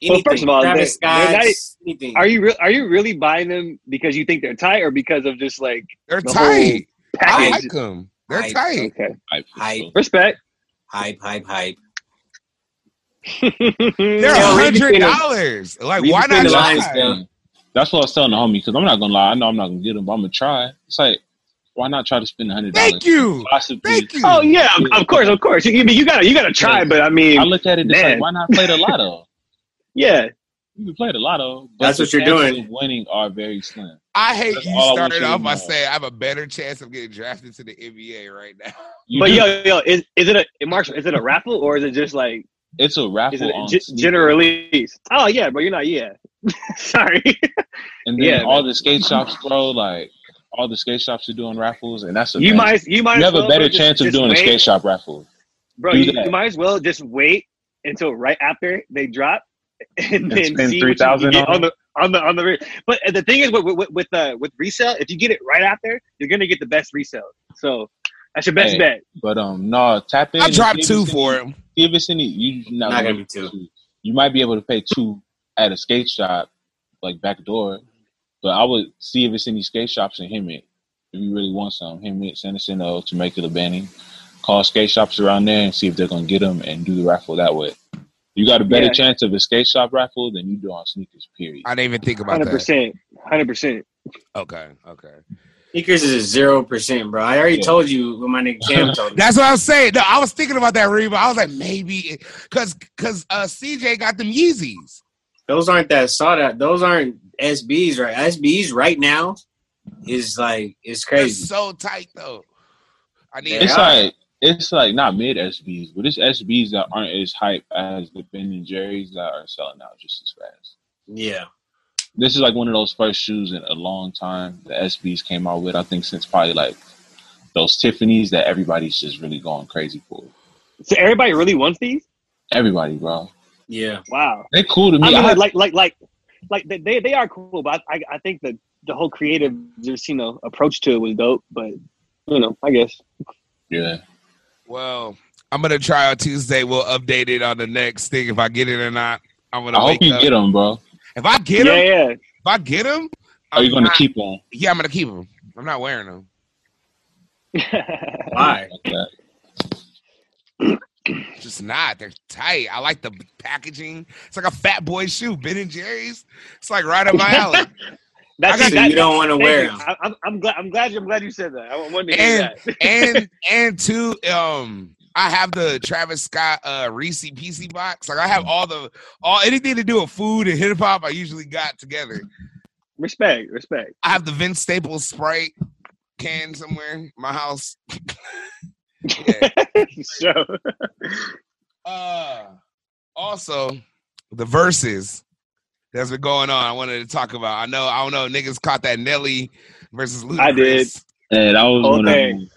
D: Anything.
C: first of all,
D: Travis
C: they- they're not-
D: Scott's, anything.
C: are you re- are you really buying them because you think they're tight or because of just like
B: They're
C: the
B: tight.
C: whole
B: I
C: package?
B: like them. They're
D: I-
B: tight.
C: Okay,
E: Hype for
D: Hype.
E: sure.
C: respect.
D: hype, hype, hype?
B: They're
D: Yo, read
B: hundred
D: between the-
B: dollars. Like
D: read
B: why
D: between
B: not
D: the lines,
B: try?
D: Phil.
E: That's what I was telling the homie because I'm not gonna lie. I know I'm not gonna get them, but I'm gonna try. It's like, why not try to spend a hundred dollars?
B: Thank you.
E: Possibly.
B: Thank you.
C: oh yeah, of- of course, of course. You, you gotta you gotta try, but I mean,
E: I look at it. It's
C: Man.
E: like, why not play the lotto?
C: yeah,
E: You can play the lotto. But
D: That's
E: the
D: what you're
E: chances
D: doing.
E: Of winning are very slim.
B: I hate
E: That's
B: you
E: all I want
B: started
E: you to
B: off by
E: know.
B: saying I have a better chance of getting drafted to the NBA right now.
E: You
C: but
E: do-
C: yo yo, is, is it a Marshall? Is it a raffle or is it just like
E: it's a raffle
C: is it
E: on
C: a g-
E: sneakers.
C: general release? Oh yeah, but you're not. Yeah, sorry.
E: and then
C: yeah,
E: all the skate shops, bro. Like all the skate shops are doing raffles, and that's a
C: you
E: thing.
C: might you might as
E: You have a
C: well,
E: better
C: bro, just-
E: chance of
C: just
E: doing a
C: wait.
E: skate shop raffle.
C: bro.
E: do
C: You,
E: that.
C: you might as well just wait until right after they drop, and, then
E: spend
C: see what you can
E: 3,000
C: get
E: on
C: on the on the on the. Re- but the thing is, with with with, uh, with resale, if you get it right after, you're gonna get the best resale. So that's your best
E: Hey.
C: bet.
E: But um, no, tap in.
B: I
E: and
B: dropped
E: see if
B: two
E: it's any-
B: for him.
E: See if it's any. You not,
D: Not
E: gonna
D: gonna be
E: pay
D: two.
E: You might be able to pay two at a skate shop, like back door. But I would see if it's any skate shops in Hemet. If you really want some, Hemet, Sanderson, O, Jamaica, Lebannon. Call skate shops around there and see if they're gonna get them and do the raffle that way. You got a better
C: Yeah.
E: chance of a skate shop raffle than you do on sneakers. Period.
B: I didn't even think about
C: Hundred
B: that.
C: percent, hundred percent.
B: Okay, okay.
D: Sneakers is a zero percent, bro. I already
E: Yeah.
D: told you what my nigga Cam told me.
B: That's what I was saying. No, I was thinking about that Reba. I was like, maybe because because uh, CJ got them Yeezys.
D: Those aren't that sought out. Those aren't SBs, right? SBs right now is like it's
B: They're
D: crazy.
B: so tight though. I need.
D: They
E: It's
D: are.
E: like it's like not mid SBs, but it's SBs that aren't as hype as the Ben and Jerry's that are selling out just as fast.
D: Yeah.
E: This is like one of those first shoes in a long time the SBs came out with. I think since probably like those Tiffany's that everybody's just really going crazy for.
C: So everybody really wants these?
E: Everybody, bro,
D: Yeah.
C: Wow.
E: they cool to
C: I
E: me.
C: mean,
E: I
C: like,
E: had-
C: like, like, like, like they- they they are cool, but I I think the the whole creative just you know approach to it was dope. But you know, I guess
E: yeah,
B: Well, I'm gonna try on Tuesday. We'll update it on the next thing if I get it or not. I'm gonna.
E: I hope
B: wake
E: you
B: up.
E: get them, bro.
B: If I get
C: yeah,
B: him,
C: yeah.
B: if I get him,
E: Are you gonna
B: not,
E: keep on?
B: Yeah, I'm gonna keep him. I'm not wearing them.
D: Why?
E: Like that?
B: Just not. They're tight. I like the packaging. It's like a fat boy shoe. Ben and Jerry's. It's like right up my alley.
C: That's,
B: I got-
D: So you don't want to wear them.
C: I, I'm, I'm glad. I'm glad. you- I'm glad you said that. I wanted to hear
B: and
C: that.
B: and and two, um, I have the Travis Scott uh Reese PC box. Like I have all the all anything to do with food and hip hop. I usually got together.
C: Respect, respect.
B: I have the Vince Staples Sprite can somewhere in my house. Yeah.
C: so,
B: Uh, also, the verses that's been going on. I wanted to talk about. I know. I don't know. Niggas caught that Nelly versus Ludacris.
C: I did.
E: Yeah, that was
C: Whole
E: one of
C: thing.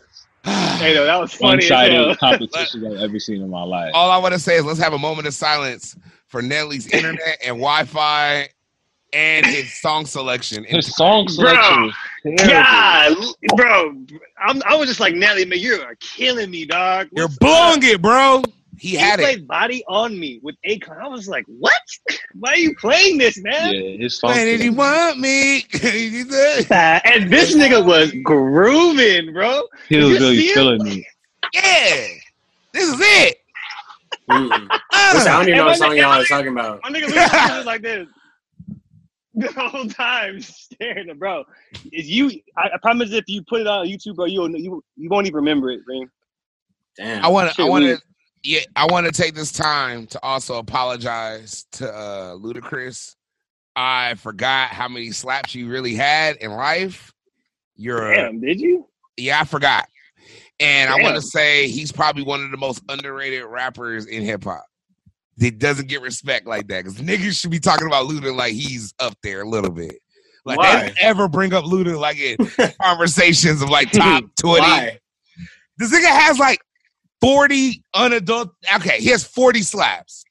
E: the
C: hey, no, that was funny. as hell.
E: one-sided competitions I've ever seen in my life.
B: All I want to say is let's have a moment of silence for Nelly's internet and Wi-Fi and his song selection. And
E: His song selection was terrible.
C: God, bro, I'm, I was just like Nelly, man, you are killing me, dog.
B: you're
C: What's
B: blowing
C: up?
B: it, bro. He
C: He
B: had it.
C: played "Body on Me" with Akon. I was like, "What? Why are you playing this, man?"
E: Yeah, his song.
B: When did he
E: selection-
B: want me? He said,
C: Uh, and this nigga was grooving, bro.
E: He was
C: You see
E: really
C: him?
E: killing me.
B: yeah, this is it.
D: Mm.
B: Uh,
D: Listen, I don't even know
C: Am
D: what
C: I-
D: song y'all are talking about.
C: My nigga literally was just like this the whole time, staring at bro. If you, I, I promise, if you put it on YouTube, bro, you'll you you won't even remember it, man.
B: I
D: Damn.
B: want to. I
C: Shit,
B: want to.
C: we-
B: Yeah, I want to take this time to also apologize to uh, Ludacris. I forgot how many slaps you really had in life. You're a,
C: Damn, did you?
B: yeah, I forgot. And I want to
C: Damn.
B: say he's probably one of the most underrated rappers in hip hop. He doesn't get respect like that because niggas should be talking about Luda like he's up there a little bit. Like they
D: Why?
B: don't ever bring up Luda like in conversations of like top twenty.
D: Why?
B: This nigga has like 40 unadult. Okay, he has 40 slaps.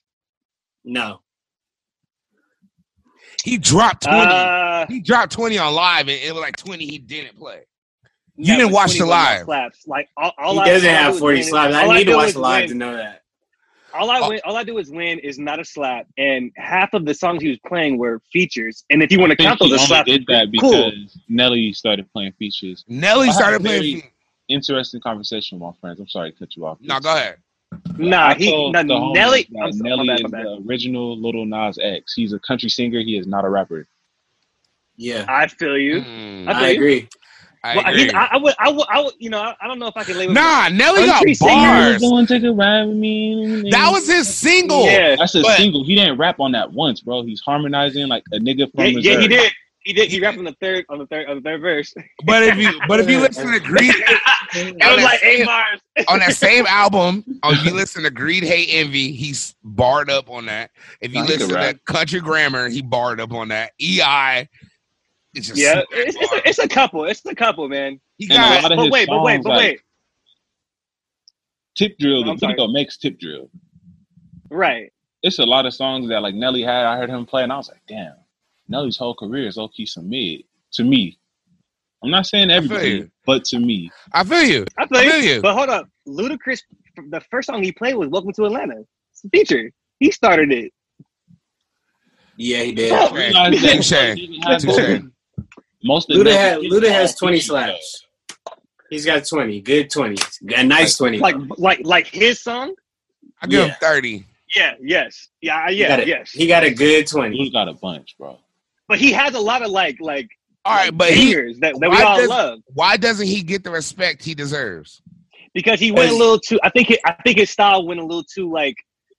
D: No.
B: He dropped 20.
C: Uh,
B: he dropped 20 on live, and it was like 20 he didn't play. You
C: no,
B: didn't
C: but
B: watch the
C: 20 was
B: live.
C: Slaps. Like all, all
D: he
C: I,
D: doesn't
C: all I
D: have
C: was
D: 40
C: winning-
D: slides. I
C: all
D: need
C: do
D: to watch
C: is
D: the live
C: win.
D: to know that.
C: All I
B: Oh.
C: win, all I do is win is not a slap, and half of the songs he was playing were features. And if you want to
E: I think
C: count
E: he
C: those as
E: only
C: slaps,
E: did that because
C: cool.
E: Nelly started playing features.
B: Nelly
E: I had
B: started
E: a very-
B: playing.
E: Interesting conversation with my friends. I'm sorry to cut you off.
B: No, go ahead.
C: nah,
E: I
C: he
E: told
C: nah,
E: the homies
C: Nelly.
E: that
C: I'm so- my
E: Nelly
C: bad,
E: is
C: my bad.
E: the original Little Nas X. He's a country singer. He is not a rapper.
D: Yeah.
C: I feel you.
B: Mm,
C: I
D: I
C: agree.
D: agree.
B: I
C: Well,
B: agree.
C: he's- I, I would, I would, I would, you know, I, I don't know if I can label.
B: nah, Nelly got
C: Country singer.
B: bars.
E: Going take a ride with me.
B: That was his single.
C: Yeah,
E: That's a
B: But-
E: single. He didn't rap on that once, bro. He's harmonizing like a nigga from
C: yeah,
E: Missouri.
C: yeah, he did. He did. He rapped on the third, on the third, on the third verse.
B: But if you but if you listen to Greed
C: it was like eight bars.
B: on that same album, oh, if you listen to Greed, Hate, Envy, he's barred up on that. If you
E: Nah, he can
B: listen to
E: rap.
B: Country Grammar, he barred up on that. EI, it's just
C: Yeah, it's, it's, a, it's a couple. It's a couple, man.
B: He
E: And a
B: got
E: lot of
C: But
E: his
C: wait, but wait,
E: songs,
C: but wait.
E: Tip Drill. The
C: I'm sorry.
E: Rico makes Tip Drill.
C: Right.
E: It's a lot of songs that like Nelly had. I heard him play, and I was like, damn, Nelly's whole career is low key some mid to me. I'm not saying
B: you.
E: everybody, but to me,
B: I feel you.
C: I
B: I
C: feel you.
B: feel you.
C: But hold up, Ludacris. The first song he played was "Welcome to Atlanta." It's a feature. He started it. Oh,
D: Yeah, he did.
E: I
B: Okay.
E: realized that
B: Touche.
E: he didn't have
B: Touche.
E: both. most of
D: Luda,
E: Nelly's
D: had,
E: hits
D: Luda
E: are
D: has
E: all
D: 20
E: features, though.
D: slaps. He's got 20. Good 20. A nice 20.
C: Like, like, like his song.
B: I give him
D: Yeah.
B: 30.
C: Yeah. Yes. Yeah. I-
D: He
C: Yeah.
D: got a-
C: yes.
D: He got a good 20.
E: Luda got a bunch, bro.
C: but he has a lot of like, like.
B: All right,
C: like
B: but he,
C: bangers that, that we
B: why
C: all
B: does-
C: love.
B: why doesn't he get the respect he deserves?
C: because he went a
D: As-
C: little too. I think it, I think his style went a little too like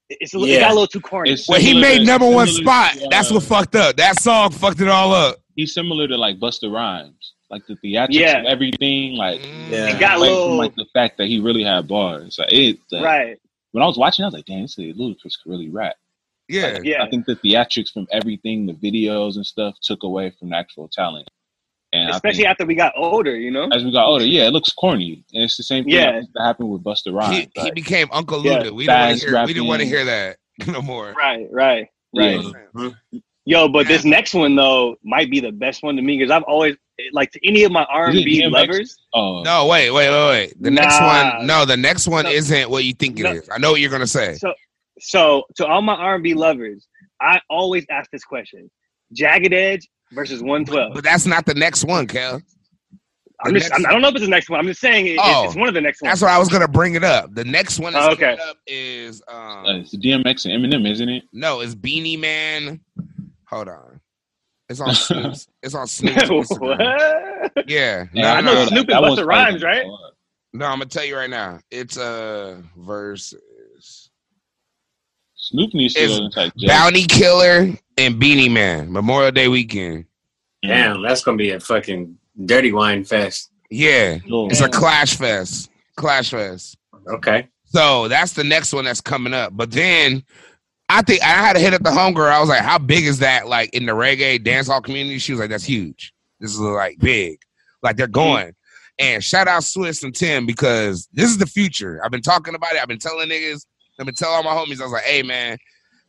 C: it's a, it
D: Yeah.
C: got a little too corny.
E: It's
B: Well, he
E: similar
B: made
E: to-
B: number one
E: similar
B: spot.
E: to, uh,
B: That's what fucked up. That song fucked it all up.
E: He's similar to like Buster Rhymes. like the theatrics
C: Yeah.
E: of everything, like
D: Yeah.
B: Mm,
C: It got a
E: away
C: little
E: from like the fact that he really had bars. Like it, like,
C: right.
E: when I was watching, I was like, "Damn, this is ludicrous. Could really rap."
B: Yeah.
C: Yeah,
E: I think the theatrics from everything, the videos and stuff, took away from the actual talent. And
C: especially
E: I
C: after we got older, you know.
E: think as we got older, yeah, it looks corny, and it's the same thing
C: Yeah.
E: that used to happen with Busta Rhymes.
B: He, he
E: like,
B: became Uncle
C: Yeah.
B: Luda. We didn't want
E: Fast
B: to hear. We
E: rapping.
B: didn't want to hear that no more.
C: Right, right, right.
D: Mm-hmm.
E: Yeah.
C: Yo, but this next one though might be the best one to me because I've always like to any of my R and
E: Is
C: B
E: it DMX?
C: lovers.
E: oh,
B: No, wait, wait, wait, wait. The next
C: Nah.
B: one, no, the next one
C: No.
B: isn't what you think it is.
C: No.
B: I know what you're gonna say.
C: So, so to all my R and B lovers, I always ask this question: Jagged Edge versus One Twelve.
B: But that's not the next one, Kel.
C: I'm just, I'm, I don't know if it's the next one. I'm just saying it, it's-
B: Oh.
C: it's one of the next ones.
B: That's why I was gonna bring it up. The next one is
C: Oh, okay.
B: up is um
E: uh, it's DMX and Eminem, isn't it?
B: no, it's Beanie Man. Hold on. It's on Snoop's. it's on Snoop's. Instagram.
C: What?
B: Yeah.
E: Yeah,
B: No,
C: I know
B: no,
E: that-
C: Snoop and
E: that
C: Busta
E: one's
C: Rhymes,
E: crazy.
C: right?
B: no, I'm gonna tell you right now. It's uh versus
E: Snoop needs to
B: It's
E: go inside jail.
B: Bounty Killer and Beanie Man. Memorial Day weekend.
D: Damn, that's gonna be a fucking dirty wine fest.
B: Yeah.
E: Yo,
B: It's a clash fest. Clash fest.
D: Okay.
B: So that's the next one that's coming up. But then I think I had to hit up the homegirl. I was like, how big is that? Like in the reggae dancehall community? She was like, that's huge. This is like big. Like they're going. And shout out Swiss and Tim because this is the future. I've been talking about it. I've been telling niggas. I've been telling all my homies. I was like, hey man,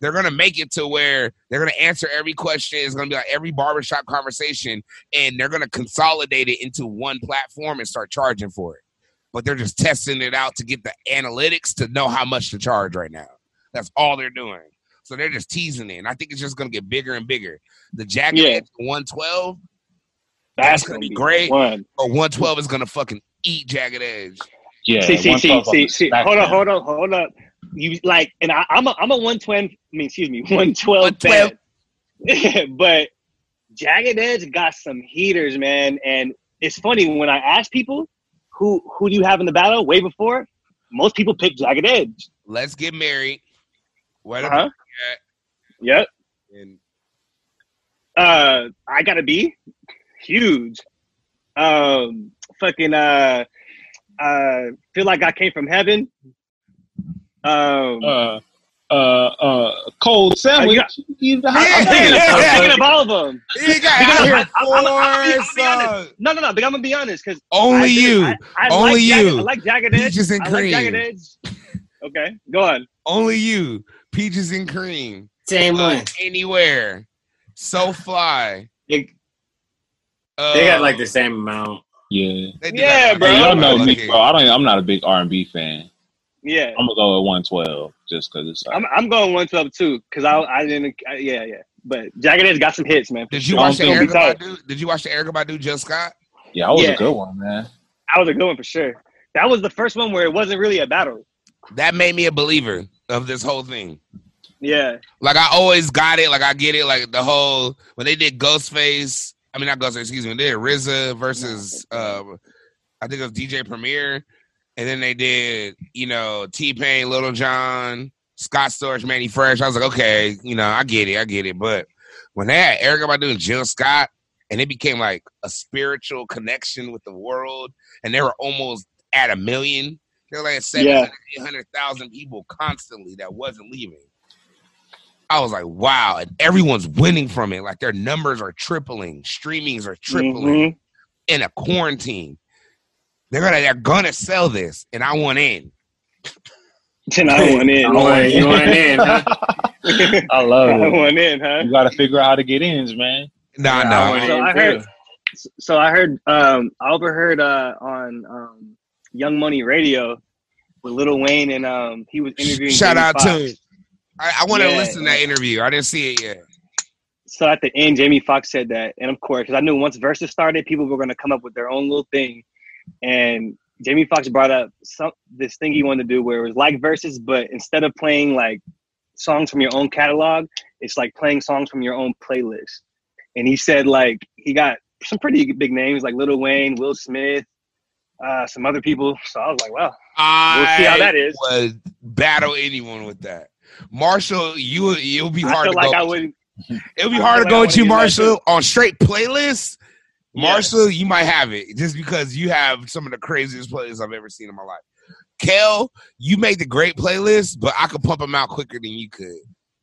B: they're gonna make it to where they're gonna answer every question. It's gonna be like every barbershop conversation, and they're gonna consolidate it into one platform and start charging for it but they're just testing it out to get the analytics to know how much to charge right now. That's all they're doing. So they're just teasing it. And I think it's just going to get bigger and bigger. The Jagged
C: Yeah.
B: Edge 112
C: That's
B: gonna be great.
C: One.
B: or 112 is going to fucking eat Jagged Edge.
E: yeah,
C: see, see,
E: one
C: see,
E: twelve on
C: see,
E: the
C: see.
E: back
C: Hold up,
E: end.
C: hold up, hold up. You like, and I, I'm a, I'm a one twelve. I mean, excuse me, one twelve.
B: 112.
C: but Jagged Edge got some heaters, man. And it's funny when I ask people who who do you have in the battle way before, most people pick Jagged Edge.
B: Let's get married. What
C: Uh huh. Yep.
B: and
C: Uh, I gotta be huge. Um, fucking uh, uh, feel like I came from heaven. Um.
E: Uh, uh, uh, cold sandwich.
C: Uh,
E: You-
C: I'm thinking, of, I'm thinking of all of them.
B: he got out
C: Because
B: here
C: I- I- I'm- I'm- I'm-
B: four
C: I'm being
B: songs.
C: No, no, no. But I'm gonna be honest, because
B: Only you, Only
C: like
B: you.
C: Jagged, I like jagged edge.
B: Peaches and
C: I like jagged
B: cream.
C: edge. Okay, go on.
B: only you, peaches and cream,
D: Same
B: uh,
D: one.
B: anywhere, so fly.
D: They,
B: Uh,
D: they got like the same amount.
E: yeah,
B: they did
C: Yeah,
B: that-
C: bro.
E: Hey, y'all know
B: Okay.
E: me, bro. I don't. I'm not a big R and B fan.
C: Yeah,
E: I'm gonna go at 112 just because it's. Like,
C: I'm, I'm going one twelve too, because I I didn't. I, yeah, yeah. But jagged edge got some hits, man.
B: Did you
E: Y'all
B: watch the
E: don't
B: Erica
C: think-
B: Badu? Did you watch the Erica Badu Just Scott?
E: yeah, that was
C: yeah.
E: a good one, man.
C: That was a good one for sure. That was the first one where it wasn't really a battle.
B: That made me a believer of this whole thing.
C: Yeah,
B: Like I always got it. Like I get it. Like the whole when they did Ghostface. I mean not Ghostface. Excuse me. They did RZA versus uh, I think it was DJ Premier, and then they did you know T Pain, Little John, Scott Storch, Manny Fresh. I was like, okay, you know, I get it, I get it. But when they had Erica Badu and Jill Scott, and it became like a spiritual connection with the world, and they were almost at a million. They were like at seven
C: yeah,
B: hundred, eight hundred thousand people constantly that wasn't leaving. I was like, wow. And everyone's winning from it. Like their numbers are tripling, streamings are tripling
C: Mhm.
B: in a quarantine. They're gonna they're gonna sell this, and I want in.
C: Then I went in.
D: You want, you want in, huh?
E: I love
C: I
E: it.
C: went in, huh?
E: You got to figure out how to get ins, man.
B: Nah,
D: Yeah,
B: nah.
D: I want
C: So
D: in,
C: I
D: too.
C: heard- so I heard um I overheard uh on um Young Money Radio with Lil Wayne and um he was interviewing
B: Shout
C: Jamie
B: out
C: Foxx.
B: to him. I, I want to
C: Yeah,
B: listen to that interview. I didn't see it yet.
C: So at the end Jamie Foxx said that and of course cuz I knew once verses started people were going to come up with their own little thing and Jamie Foxx brought up some this thing he wanted to do where it was like verses but instead of playing like songs from your own catalog it's like playing songs from your own playlist. And he said like he got some pretty big names like Lil Wayne, Will Smith, uh, some other people. So I was like, wow,
B: I
C: see how that is.
B: Would battle anyone with that, Marshall? You would- you'll be
C: I
B: hard
C: feel
B: to
C: like
B: go.
C: I
B: with.
C: would.
B: It'll be
C: I
B: hard
C: feel
B: to go
C: like I
B: with you,
C: wanna get that
B: Marshall, on straight playlists. Marshall, you might have it just because you have some of the craziest playlists I've ever seen in my life. Kel, you make the great playlist, but I could pump them out quicker than you could.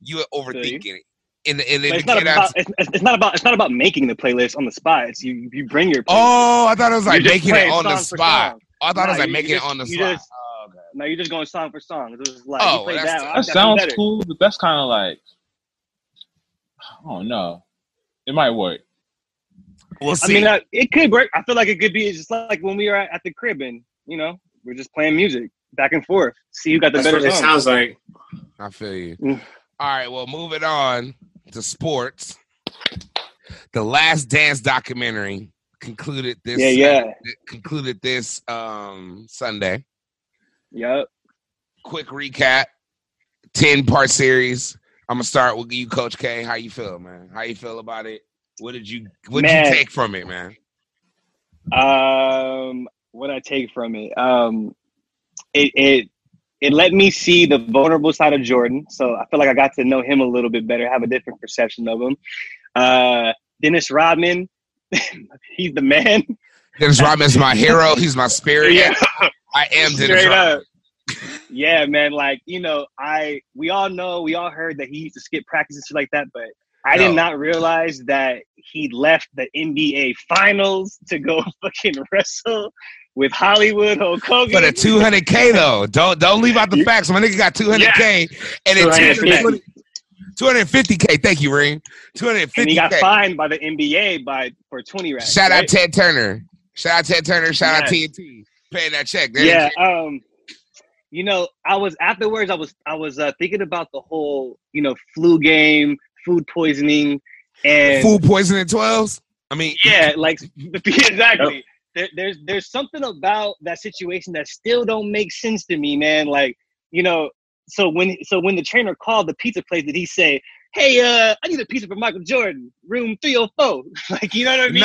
B: You are overthinking it. And, and
C: But
B: it
C: it's not
B: became
C: about
B: abs-
C: it's, it's not about it's not about making the playlist on the spot. It's you you bring your
B: oh, I thought it was
C: You're
B: like
C: just
B: making it
C: playing
B: on the
C: song for
B: spot.
C: song.
B: I thought it was
C: Nah,
B: like
C: you-
B: making
C: you
B: it on the
C: just- you
B: spot.
C: just- No, you're just going song for song. It was like
B: Oh,
C: you played
B: that's-
C: that.
B: that
C: I-
E: That
C: that's
E: sounds
C: better.
E: cool, but that's kind of like I don't know. It might work.
B: We'll
C: I
B: see.
C: mean, uh, it could work. I feel like it could be just like when we were at, at the crib and you know we're just playing music back and forth. See who got the
D: That's
C: better
D: what it
C: song.
D: sounds like.
B: I feel you.
C: Mm.
B: All right, well, moving on to sports. The Last Dance documentary concluded this.
C: Yeah, yeah.
B: Concluded this um, Sunday.
C: Yep.
B: Quick recap, ten part series. I'm gonna start with you, Coach K. How you feel, man? How you feel about it? What did you What did you
C: Man.
B: take from it, man?
C: Um, what I take from it, um, it it it let me see the vulnerable side of Jordan. So I feel like I got to know him a little bit better, have a different perception of him. Uh, Dennis Rodman, he's the man.
B: Dennis Rodman's my hero. He's my spirit. I am Dennis
C: Straight
B: Rodman.
C: up. yeah, man. Like you know, I we all know, we all heard that he used to skip practice and shit like that, but I
B: No.
C: did not realize that he left the NBA finals to go fucking wrestle with Hollywood Hulk Hogan.
B: But a 200k though, don't don't leave out the facts. My nigga got 200k and it
C: 250.
B: 250k. Thank you, Ring.
C: and he got
B: 250k.
C: fined by the NBA by for twenty racks.
B: Shout out
C: right?
B: Ted Turner. Shout out Ted Turner. Shout out
C: Yes.
B: TNT. Paying that check. They
C: yeah
B: didn't
C: um you know i was afterwards i was i was uh, thinking about the whole you know flu game food poisoning
B: care.
C: and
B: Food poisoning 12s. I mean,
C: yeah like exactly there, there's there's something about that situation that still don't make sense to me man like you know so when so when the trainer called the pizza place did he say hey uh i need a pizza for michael jordan room 304 like you know what i mean Like,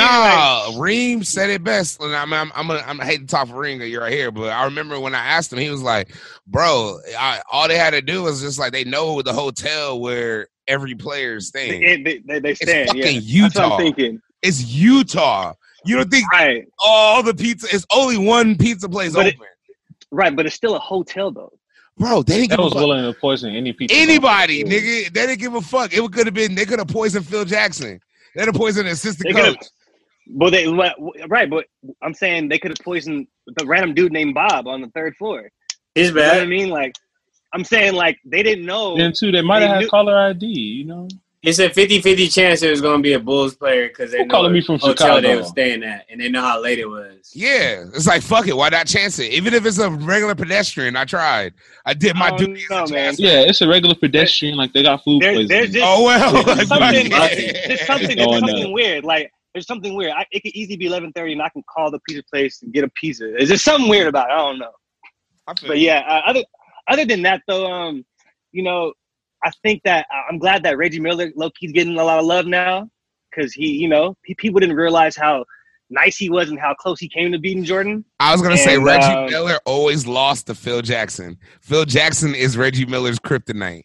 B: Nah, Reem said it best. And I'm, I'm, I'm gonna, I'm I hate to talk for Reem because you're right here, but I remember when I asked him, he was like, "Bro, I, all they had to do was just like they know the hotel where every player is staying.
C: they, they, they, they stand
B: it's fucking
C: yeah that's what
B: Utah.
C: i'm thinking
B: It's Utah. You don't think
C: right
B: all the pizza? It's only one pizza place
C: But
B: open,
C: it- Right, but it's still a hotel though.
B: bro. They didn't
E: That
B: give a
E: was
B: fuck.
E: willing to poison any people.
B: Anybody, nigga, they didn't give a fuck. It could have been. They could have poisoned Phil Jackson. They'd have poisoned the assistant
C: They could have,
B: coach.
C: but they what- right, but I'm saying they could have poisoned the random dude named Bob on the third floor.
D: It's
C: You know what I
D: bad.
C: mean? Like, I'm saying like they didn't know.
E: Then too, they might have
C: They
E: had
C: knew-
E: caller ID. You know,
D: It's a 50-50 chance there's gonna be a Bulls player because they
E: Who
D: know
E: calling
D: what
E: me from
D: hotel they
E: Chicago?
D: were staying at and they know how late it was.
B: Yeah, it's like fuck it. Why not chance it? Even if it's a regular pedestrian, I tried. I did my
C: I don't
B: duty.
C: know,
B: as a
C: Oh, man.
B: man.
E: yeah, it's a regular pedestrian. Like they got food
C: There,
E: poisoning.
C: there's just
B: Oh well.
E: Yeah,
B: like,
C: something-
B: fuck it.
C: there's something, there's
E: Going
C: something
E: up.
C: weird. Like there's something weird. I, it could easily be 11:30 and I can call the pizza place and get a pizza. Is there something weird about it? I don't know.
B: I feel
C: but
B: you.
C: yeah, uh, other other than that though, um, you know, I think that I- I'm glad that Reggie Miller low key's getting a lot of love now because he, you know, he, people didn't realize how nice he was and how close he came to beating Jordan.
B: I was gonna say
C: And,
B: Reggie
C: um,
B: Miller always lost to Phil Jackson. Phil Jackson is Reggie Miller's kryptonite.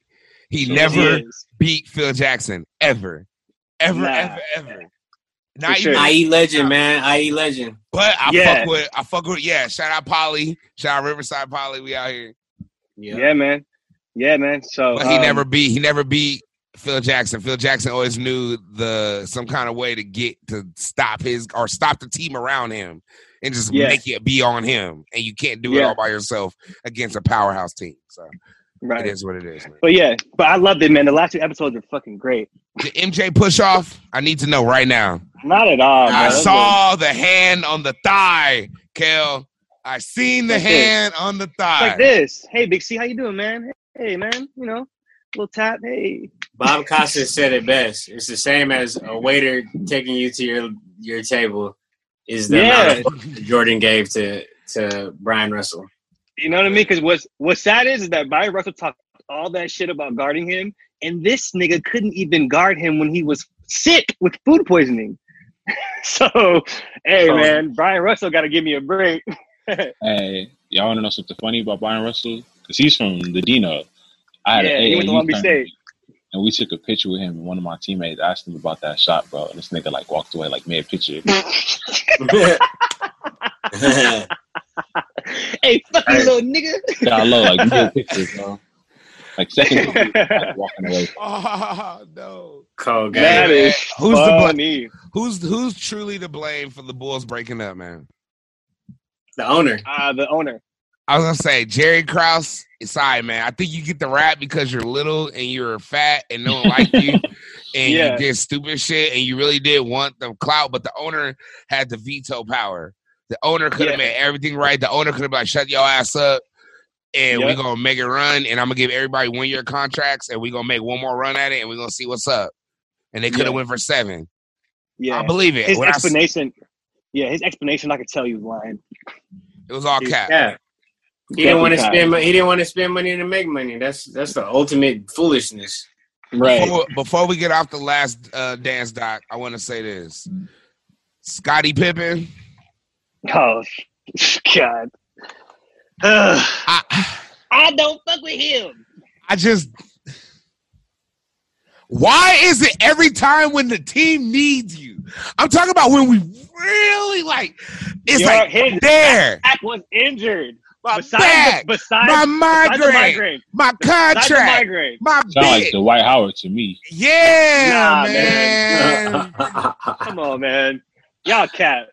B: He never
C: He is.
B: beat Phil Jackson ever, ever,
C: Nah.
B: ever, ever. Not
C: sure.
B: even.
D: IE E legend, man. IE legend.
B: But I
C: Yeah.
B: fuck with. I fuck with. Yeah. Shout out Polly. Shout out Riverside Polly. We out here.
C: Yeah. man. Yeah, man. So
B: But he
C: um,
B: never beat. He never beat Phil Jackson. Phil Jackson always knew the some kind of way to get to stop his or stop the team around him and just
C: Yeah.
B: make it be on him. And you can't do it
C: Yeah.
B: all by yourself against a powerhouse team. So
C: right.
B: it is what it is, man.
C: But yeah, but I loved it, man. The last two episodes were fucking great.
B: The MJ push off. I need to know right now.
C: Not at all.
B: I
C: man. Those
B: saw the hand on the thigh, Kel. I seen the
C: Like this.
B: hand on the
C: were-
B: thigh.
C: like this. Hey, Big C, how you doing, man? Hey, man. You know, little tap. Hey.
D: Bob Costas said it best. It's the same as a waiter taking you to your your table is the
C: Yeah.
D: amount of fuck Jordan gave to to Brian Russell.
C: You know what I mean? Because what's what's sad is, is that Brian Russell talked all that shit about guarding him, and this nigga couldn't even guard him when he was sick with food poisoning. so, hey
D: Oh.
C: man, Brian Russell got to give me a break.
E: Hey, y'all want to know something funny about Brian Russell? Because he's from the Dino. I had
C: Yeah,
E: an
C: he went to
E: AAU
C: Long Beach
E: tournament. and we took a picture with him. And one of my teammates asked him about that shot, bro. And this nigga like walked away like mid picture.
F: hey, fuck you,
C: Hey.
F: little nigga.
E: Got low like mid picture, bro. Like second picture, like, walking away.
B: Oh no.
D: Cold game.
C: That is
B: Who's the bl-
C: funny.
B: who's who's truly to blame for the Bulls breaking up, man?
D: the owner.
C: Ah, the owner.
B: I was gonna say Jerry Krause. It's all right, man. I think you get the rap because you're little and you're fat and no one liked you, and
C: Yeah.
B: you did stupid shit, and you really did want the clout, but the owner had the veto power. The owner could
C: Yeah.
B: have made everything right. The owner could have been like, "Shut your ass up," and
C: Yeah.
B: we're gonna make it run, and I'm gonna give everybody one year contracts, and we're gonna make one more run at it, and we're gonna see what's up. And they could have
C: Yeah.
B: went for seven.
C: Yeah.
B: I believe it.
C: his
B: When I s-
C: explanation. yeah, his explanation. I could tell you was lying.
B: it was all cap.
D: Yeah. He didn't want to
C: Definitely
D: spend. mo- He didn't want to spend money to make money. That's that's the ultimate foolishness.
C: Right.
B: Before, before we get off the last uh, dance doc, I want to say this: Scottie Pippen.
C: Oh God. Ugh.
B: I,
F: I don't fuck with him.
B: I just. Why is it every time when the team needs you? I'm talking about when we really like. It's
C: Your-
B: like
C: his
B: there,
C: back was injured.
B: my
C: besides,
B: back,
C: the,
B: my
C: besides, besides the
B: migraine,
C: migraine.
B: my
C: Besides the
B: contract,
C: migraine.
B: my
E: Sound like
B: bitch.
E: Dwight Howard to me.
B: Yeah,
C: Nah,
B: man.
C: man. Come on, man. Y'all cat.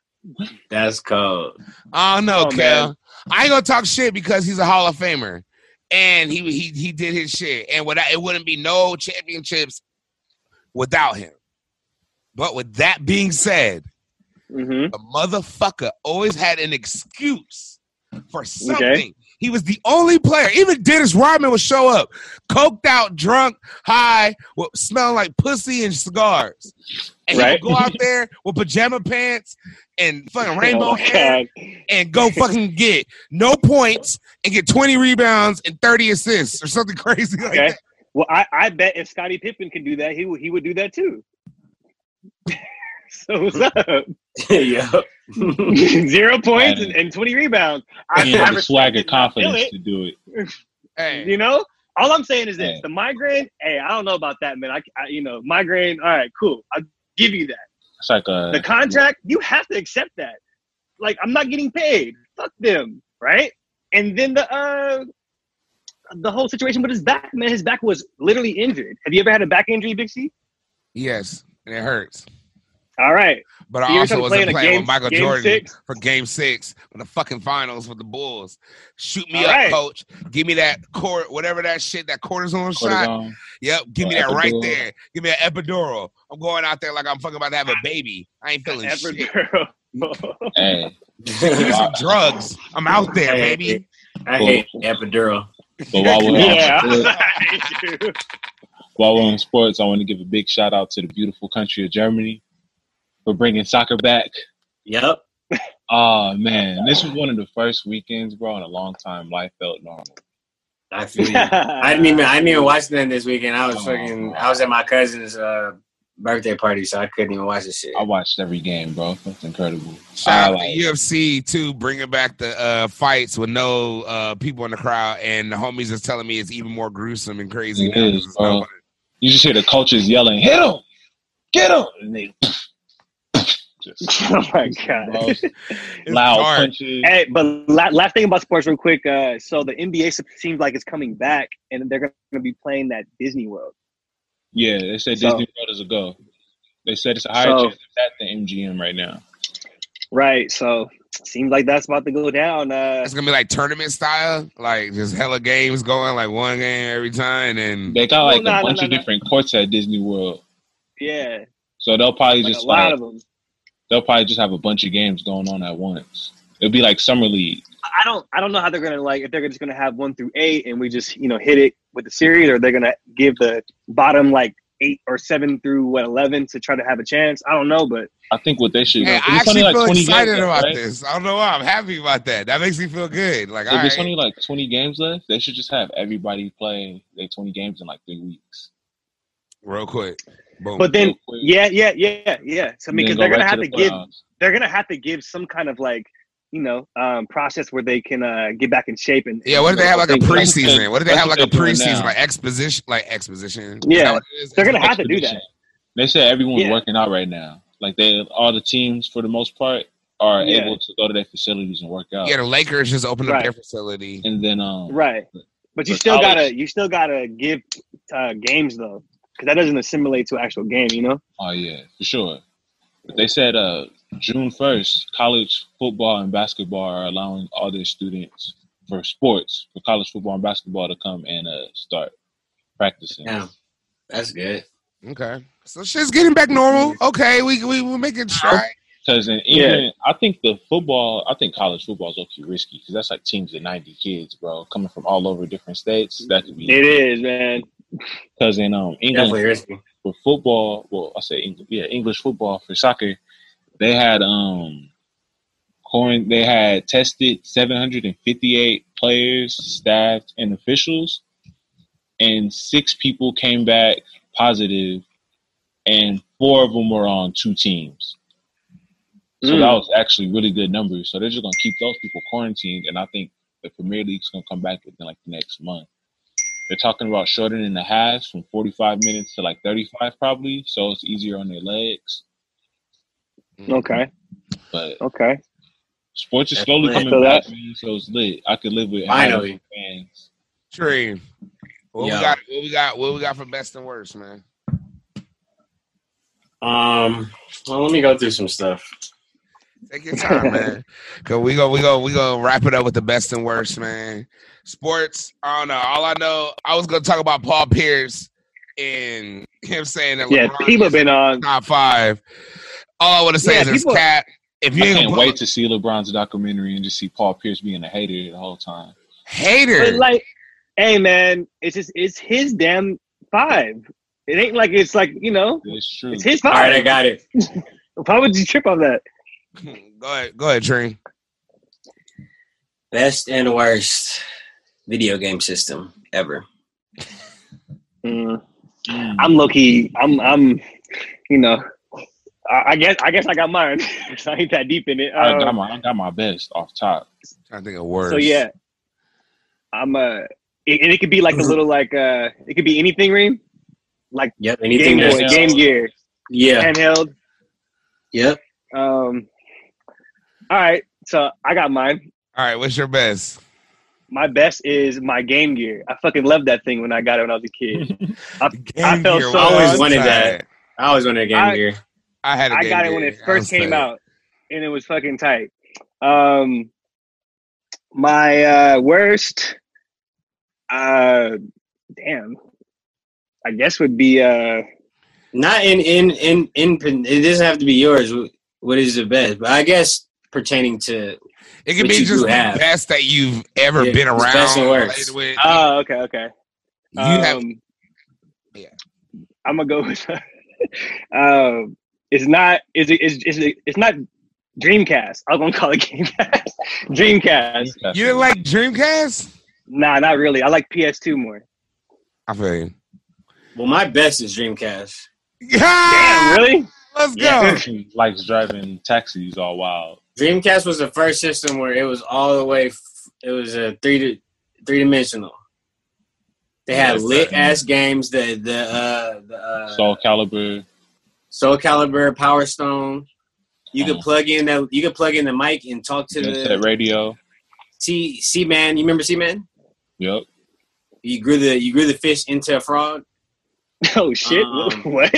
D: that's cold.
B: I don't know,
C: Come on,
B: Kel. I ain't gonna talk shit because he's a Hall of Famer, and he he he did his shit, and without it wouldn't be no championships without him. But with that being said,
C: Mm-hmm.
B: the motherfucker always had an excuse for something. He was the only player. Even Dennis Rodman would show up, coked out, drunk, high, with, smelling like pussy and cigars, and
C: Right.
B: he would go out there with pajama pants and fucking rainbow
C: oh,
B: hair
C: God.
B: and go fucking get no points and get 20 rebounds and 30 assists or something crazy like
C: Okay.
B: that.
C: Well, I, I bet if Scottie Pippen can do that, he would he would do that too. so what's up?
D: yeah.
C: Zero points and, and twenty rebounds. I,
E: He had the
C: respect
E: swagger
C: it, I feel
E: confidence
C: it,
E: to do it.
B: Hey,
C: You know, all I'm saying is this:
E: Hey.
C: the migraine. Hey, I don't know about that, man. I, I you know, migraine. All right, cool. I'll give you that.
E: It's like a
C: The contract, you have to accept that. Like, I'm not getting paid. Fuck them, right? And then the uh, the whole situation with his back, man. His back was literally injured. Have you ever had a back injury, Big C?
B: yes, and it hurts.
C: All right.
B: But I
C: You're
B: also
C: gonna
B: wasn't
C: play in a
B: playing
C: game-
B: with Michael
C: game
B: Jordan
C: six?
B: for game six for the fucking finals with the Bulls. Shoot me
C: All
B: up,
C: right.
B: coach. Give me that court, whatever that shit, that cortisone shot.
E: cortisone.
B: Yep, give me
E: Or
B: that right
E: epidural.
B: there. Give me an epidural. I'm going out there like I'm fucking about to have a baby. I ain't feeling
C: Ever-
B: shit.
E: Hey,
B: Give me some
E: I-
B: drugs. I'm out there,
D: Hey,
B: baby.
D: I hate epidural.
E: but while we're,
C: yeah.
E: on sports,
C: I hate you.
E: while we're on sports, I want to give a big shout out to the beautiful country of Germany for bringing soccer back.
D: Yep.
E: Oh man, this was one of the first weekends, bro, in a long time life felt normal.
D: I feel. you. I didn't even. I didn't even watch nothing this weekend. I was
E: Oh.
D: fucking. I was at my cousin's uh, birthday party, so I couldn't even watch this shit.
E: I watched every game, bro. That's incredible. I,
B: Shout out to
E: Uh, like,
B: UFC too, bringing back the uh, fights with no uh, people in the crowd, and the homies is telling me it's even more gruesome and crazy.
E: It
B: now.
E: is,
B: There's
E: bro.
B: nobody-
E: you just hear the coaches yelling, "Hit him, get him!" And they just
C: oh my god.
E: bro,
B: It's
E: loud
B: dark.
E: punches.
C: Hey, but la- last thing about sports, real quick. Uh, so the NBA se- seems like it's coming back, and they're going to be playing that Disney World.
E: Yeah, they said
C: So-
E: Disney World is a go. They said it's a higher
C: So-
E: chance of that than MGM right now.
C: Right. So seems like that's about to go down. Uh,
B: It's gonna be like tournament style, like just hella games going, like one game every time, and
E: They got
C: Well,
E: like
C: nah,
E: a
C: nah,
E: bunch
C: nah,
E: of
C: nah.
E: different courts at Disney World,
C: yeah,
E: so they'll probably
C: like a
E: just
C: lot
E: like,
C: of them.
E: they'll probably just have a bunch of games going on at once. It'll be like summer league.
C: I don't. I don't know how they're going to like if they're just going to have one through eight, and we just you know hit it with the series, or they're going to give the bottom like eight or seven through what eleven to try to have a chance. I don't know, but
E: I think what they should.
B: Hey,
E: if
B: I
E: it's only,
B: actually
E: like,
B: feel
E: 20 games
B: excited
E: left,
B: about
E: right?
B: this. I don't know why I'm happy about that. That makes me feel good. Like, all
E: If it's
B: right,
E: only like 20 games left, they should just have everybody play their 20 games in like three weeks.
B: real quick, boom.
C: but then
E: Real quick.
C: yeah, yeah, yeah, yeah. So I mean, because
E: And then go
C: they're going
E: right
C: to have
E: the
C: to give
E: playoffs.
C: they're gonna have to give some kind of like you know, um, process where they can uh, get back in shape and
B: Yeah, what do they have like a
C: That's what
E: they-
B: preseason? What do they
E: that's
B: have
E: what
B: like a
E: they're doing
B: preseason,
E: now.
B: like exposition, like exposition? Is
C: Yeah.
B: that what it is?
C: They're gonna have to do
E: Expedition.
C: that.
E: They said everyone's
C: Yeah.
E: working out right now. Like they, all the teams for the most part are
C: Yeah.
E: able to go to their facilities and work out.
B: Yeah, the Lakers just opened up
C: Right.
B: their facility.
E: And then, um,
C: Right. But you
E: For
C: still
E: college.
C: gotta you still gotta give uh, games though, because that doesn't assimilate to actual game. You know.
E: Oh yeah, for sure. But they said uh, June first, college football and basketball are allowing all their students for sports for college football and basketball to come and uh, start practicing.
D: Damn, that's good.
B: Okay, so shit's getting back normal.
C: Mm-hmm.
B: Okay, we we we making try.
E: Because in England, I think the football, I think college football is okay risky because that's like teams of ninety kids, bro, coming from all over different states. That could be
C: It is, man.
E: because in um England
D: Definitely risky.
E: for football, well, I say English, yeah, English football for soccer, they had um, coin, they had tested 758 players, staff, and officials, and six people came back positive, and four of them were on two teams. So
C: Mm.
E: that was actually really good numbers. So they're just gonna keep those people quarantined, and I think the Premier League's gonna come back within like the next month. They're talking about shortening the halves from 45 minutes to like 35 probably, so it's easier on their legs.
C: Okay.
E: But
C: Okay.
E: sports is
D: That's
E: slowly
D: lit.
E: coming
C: Feel
E: back, man, so it's lit. I could live with having
D: Finally.
E: fans.
B: Tree. What
D: Yo.
B: we got? What we got? What we got for best and worst, man?
D: Um, well, let me go through some stuff.
B: Take your time, man. Cause we go, we go, we go wrap it up with the best and worst, man. Sports. I don't know. All I know, I was gonna talk about Paul Pierce and him saying that.
C: Yeah,
B: LeBron
C: people
B: is
C: been on.
B: top five. All I want to say
C: Yeah,
B: is it's
C: people-
B: cat. If
E: I
B: you ain't
E: can't
B: gonna
E: wait to see LeBron's documentary and just see Paul Pierce being a hater the whole time.
B: hater,
C: But like, hey man, it's just it's his damn five. It ain't like it's like you know,
E: It's true.
C: it's his
D: All right, I
C: five.
D: got it.
C: Why would you trip on that?
B: go ahead, go ahead, Tree.
D: Best and worst video game system ever.
C: Mm, I'm low key. I'm I'm, you know, I, I guess I guess I got mine. 'Cause I ain't that deep in
D: Uh,
C: it.
E: I
C: Um,
E: got my I got my best off top.
B: I think of words.
C: So yeah, I'm uh, it, and it could be like a
D: Mm-hmm.
C: little like uh, it could be anything ring, like
D: Yep.
C: Game
D: Anything
C: Boy,
D: that's
E: that's-
C: Game Gear,
D: yeah.
C: handheld.
D: Yep.
C: Um, all right, so I got mine.
B: All right, what's your best?
C: My best is my Game Gear. I fucking loved that thing when I got it when I was a kid. I felt so-
B: was
C: always
D: wanted
B: tight.
D: I always wanted a Game
C: I-
D: Gear.
B: I had. A
C: I
B: Game
C: got it when
B: Gear.
C: it first
B: I'm
C: came
B: saying.
C: out, and it was fucking tight. Um, my uh, worst, uh, damn, I guess would be uh,
D: Not in in in in. It doesn't have to be yours. What is the best? But I guess pertaining to
B: It could
D: What
B: be
D: you
B: just
D: do
B: the
D: have.
B: best that you've ever
D: Yeah,
B: been
D: it's
B: around.
D: best and worst.
B: played with.
C: oh, okay, okay.
B: you have.
C: Um,
B: Yeah.
C: I'm gonna go with. um, it's not. It's it's it's, it's not Dreamcast. I'm gonna call it Gamecast. Dreamcast.
B: You didn't like Dreamcast?
C: Nah, not really. I like PS2 more.
B: I feel you.
D: well, my best is Dreamcast.
C: Damn,
B: Yeah,
C: really?
B: let's go.
D: Yeah.
E: He likes driving taxis all wild.
D: Dreamcast was the first system where it was all the way. F- it was a three di- three dimensional. They had
E: Yeah,
D: lit
E: right.
D: ass games. The the uh, the uh,
E: Soul Caliber.
D: Soul Calibur, Power Stone. You could
E: Oh.
D: plug in that. You could plug in the mic and talk to
E: Set
D: the
E: radio.
D: C C man. You remember C man?
E: Yep.
D: You grew the you grew the fish into a frog.
C: Oh shit!
D: Um,
C: what?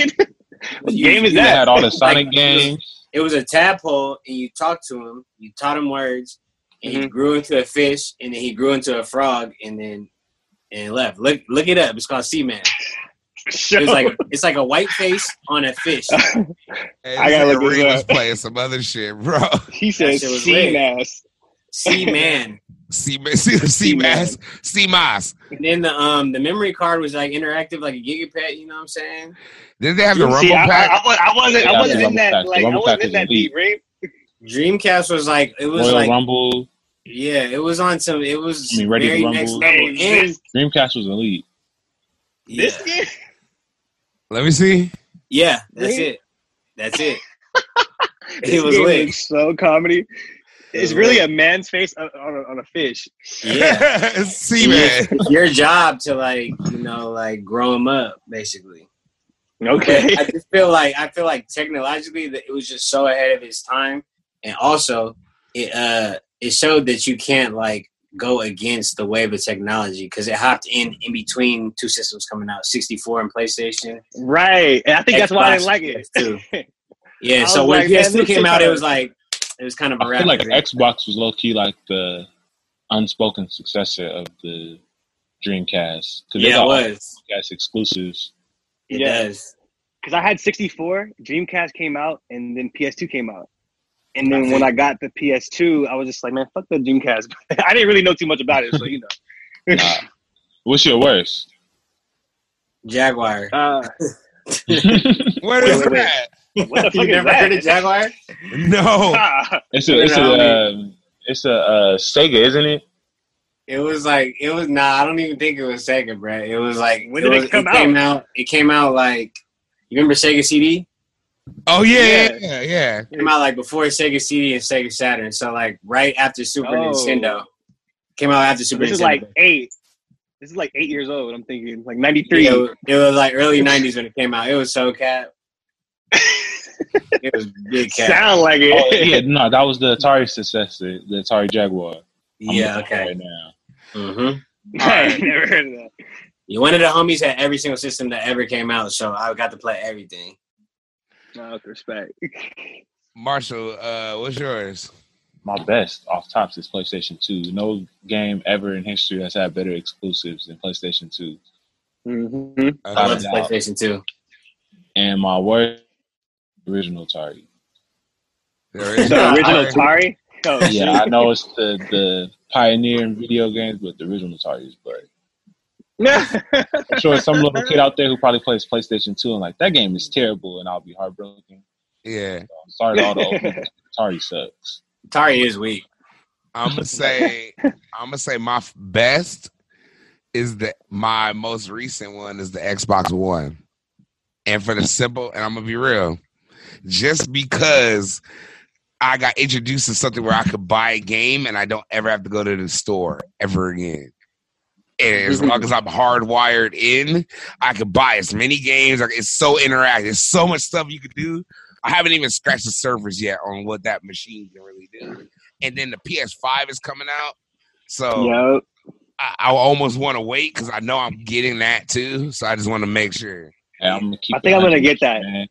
C: what
D: you-
C: game is
D: you
E: They
C: that?
E: had all the Sonic
D: Like,
E: games.
D: It was a tadpole, and you talked to him. You taught him words, and
E: Mm-hmm.
D: he grew into a fish, and then he grew into a frog, and then and left. Look look it up. It's called Sea Man.
C: Sure.
D: It's like it's like a white face on a fish.
B: Hey,
C: I gotta
B: this nigga
C: look this
B: Reed was
C: up.
B: playing some other shit, bro.
C: he says
D: shit was
C: sea
D: lit.
C: mass.
D: Sea man.
B: C C C Mass C Mass.
D: And then the um the memory card was like interactive, like a gigapet. You know what I'm saying?
B: Did they have the Rumble
C: See, I,
B: Pack?
C: I, I wa- I wasn't.
E: Yeah,
C: I wasn't
E: yeah.
C: in that.
E: Rumble
C: Like
E: pack.
C: I wasn't
E: Rumble
C: in
E: pack
C: that
E: is elite.
C: deep ring.
D: Dreamcast was like it was
E: Royal
D: like
E: Rumble.
D: yeah, it was on some. It was
E: I mean, Ready to
D: very
E: Rumble.
D: next level.
C: Hey,
D: And
C: this,
E: Dreamcast was elite.
D: yeah,
C: this year,
B: Let me see.
D: yeah, that's
C: Really?
D: it. That's it.
C: this
D: it was
C: game
D: lit.
C: is so comedy. It's really a man's face on on a, on a fish.
D: Yeah.
B: See, man.
D: It's your job to like, you know, like grow them up, basically.
C: Okay.
D: I just feel like I feel like technologically that it was just so ahead of its time, and also it uh it showed that you can't like go against the wave of technology because it hopped in in between two systems coming out, 64 and PlayStation.
C: right. And I think that's why I didn't
D: Xbox
C: like it.
D: and PS2.
C: I
D: Yeah,
C: was
D: so when
C: like, man,
D: PS2
C: this
D: came out,
C: shit
D: it was like it was kind of a
E: I
D: wrap.
E: feel like
D: event.
E: Xbox was low key like the unspoken successor of the Dreamcast because they
D: yeah, it
E: got all
D: was.
E: Dreamcast exclusives.
D: It
C: Yeah.
D: does.
C: Because I had 64, Dreamcast came out, and then PS2 came out. And then
D: I
C: when
D: see.
C: I got the PS2, I was just like, man, fuck the Dreamcast. I didn't really know too much about it, so you know.
E: Nah. What's your worst?
D: Jaguar.
C: Uh,
E: it's
B: What
C: Wait,
B: is
C: wait, wait.
B: that?
C: what the fuck
D: you
C: is
D: never
C: that?
D: heard of Jaguar? Oh.
B: No.
C: Ah,
E: a it's a
D: Literally.
E: um, it's a uh, Sega, isn't it?
D: It was like it was nah. I don't even think it was Sega, bro. It was like
C: When did it
D: was-
C: come
D: Came out. It came out like you remember Sega CD?
B: Oh yeah, yeah, yeah. yeah.
D: It came out like before Sega CD and Sega Saturn. So like right after Super
C: Oh.
D: Nintendo came out after Super
C: this
D: Nintendo.
C: is like eight. This is like eight years old. I'm thinking like
D: Yeah,
C: 93.
D: it, was, it was like early '90s when it came out. It was so cat. it was big cat.
C: Sound like it.
E: Oh, yeah, no, that was the Atari successor, the Atari Jaguar. I'm
D: Yeah.
E: looking at it
D: Okay.
E: Right now.
D: Mm-hmm.
C: I ain't never heard of that.
D: One of the homies had every single system that ever came out, so I got to play everything.
C: No, with respect.
B: Marshall, uh, what's yours?
E: My best off tops is PlayStation 2. No game ever in history has had better exclusives than PlayStation 2.
C: hmm
D: I
B: Uh,
D: love the
E: Shout out.
D: PlayStation too.
E: And my worst original Atari.
B: there is-
C: The original
D: I-
C: Atari. Oh,
E: Yeah,
C: shit.
E: I know it's the, the pioneer in video games, but the original Atari is but I'm sure some little kid out there who probably plays PlayStation 2 and like that game is terrible and I'll be heartbroken.
B: yeah,
E: So I'm sorry to all the old people. Atari sucks.
D: Atari is weak.
B: I'm gonna say, I'm gonna say my f- best is the my most recent one is the Xbox One, and for the simple, and I'm gonna be real, just because I got introduced to something where I could buy a game and I don't ever have to go to the store ever again. And as long as I'm hardwired in, I could buy as many games. Like it's so interactive. There's so much stuff you could do. I haven't even scratched the surface yet on what that machine can really do. And then the PS5 is coming out. So
C: Yup.
B: I, I almost want to wait because I know I'm getting that too. So I just want to make sure.
E: And I'm gonna keep
C: I think I'm gonna get that.
E: man.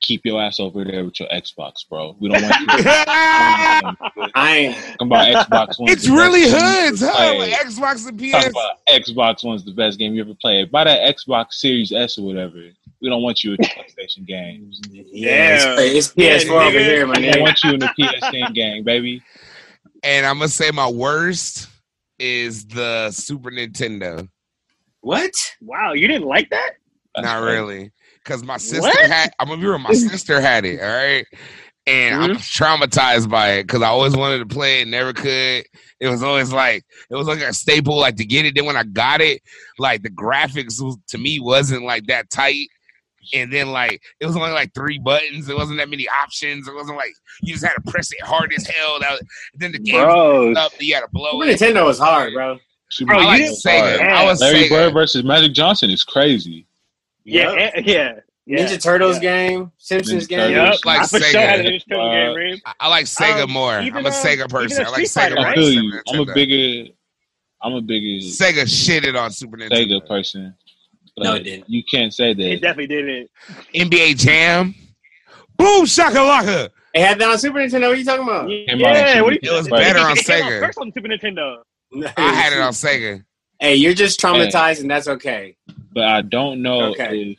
E: Keep your ass over there with your Xbox, bro. We don't want you
B: it's
E: talking
D: I ain't.
E: about Xbox One.
B: really hoods, huh? With
E: Talking
B: Xbox and PS.
E: about Xbox One's the best game you ever played. Buy that Xbox Series S or whatever. We don't want you with your PlayStation games.
D: Yeah, it's,
C: Yeah,
D: it's PS4 over
C: nigga.
D: here, my
E: We don't
D: nigga.
E: want you in the PSN gang, baby.
B: And I'm gonna say my worst is the Super Nintendo.
D: What?
C: Wow, you didn't like that?
E: That's
B: Not
E: crazy.
B: really, because my sister
C: What?
B: had. I'm gonna be real. My sister had it. All right, and I'm
C: Mm-hmm.
B: traumatized by it because I always wanted to play it, never could. It was always like it was like a staple, like to get it. Then when I got it, like the graphics was, to me wasn't like that tight. And then like it was only like three buttons. There wasn't that many options. It wasn't like you just had to press it hard as hell. That was, then the game was
C: Bro.
B: up. You had to blow
D: Super
B: it.
D: Nintendo was hard, bro.
E: Super
C: Bro,
B: I
C: you
B: like
E: Mario
C: didn't
B: Sega.
E: Kart.
B: I was
E: Larry
B: Sega.
E: Bird versus Magic Johnson is crazy.
C: Yeah,
D: Yup.
C: eh, yeah. yeah.
D: Ninja Turtles game, Simpsons
E: Ninja
D: game.
E: Turtles.
C: Yup.
E: Yep.
B: Like
C: I for
B: Sega.
C: sure had a Ninja Turtle
E: Uh,
C: game, Reem.
B: I, I like Sega
C: Um,
B: more. I'm
C: even
B: a
C: on-
B: Sega person.
C: even on
B: I like
C: Street
B: Sega
C: Fighter,
B: more
E: I
C: right?
B: than
E: feel
B: Super
E: you. I'm a
B: Nintendo.
E: bigger. I'm a bigger
B: Sega shitted on Super Nintendo.
E: Sega person. But
D: No, it didn't.
E: You can't say
C: It
E: that.
C: definitely didn't.
B: NBA Jam. Boom shakalaka.
D: They had that on Super Nintendo. What are you talking about?
E: Came out on
C: Yeah, what do you
E: Super
B: It was
E: Right.
B: better on
C: It came out
B: Sega.
C: First on Super Nintendo.
B: I had it on Sega.
D: Hey, you're just traumatized, and that's okay.
E: But I don't know
D: Okay.
E: if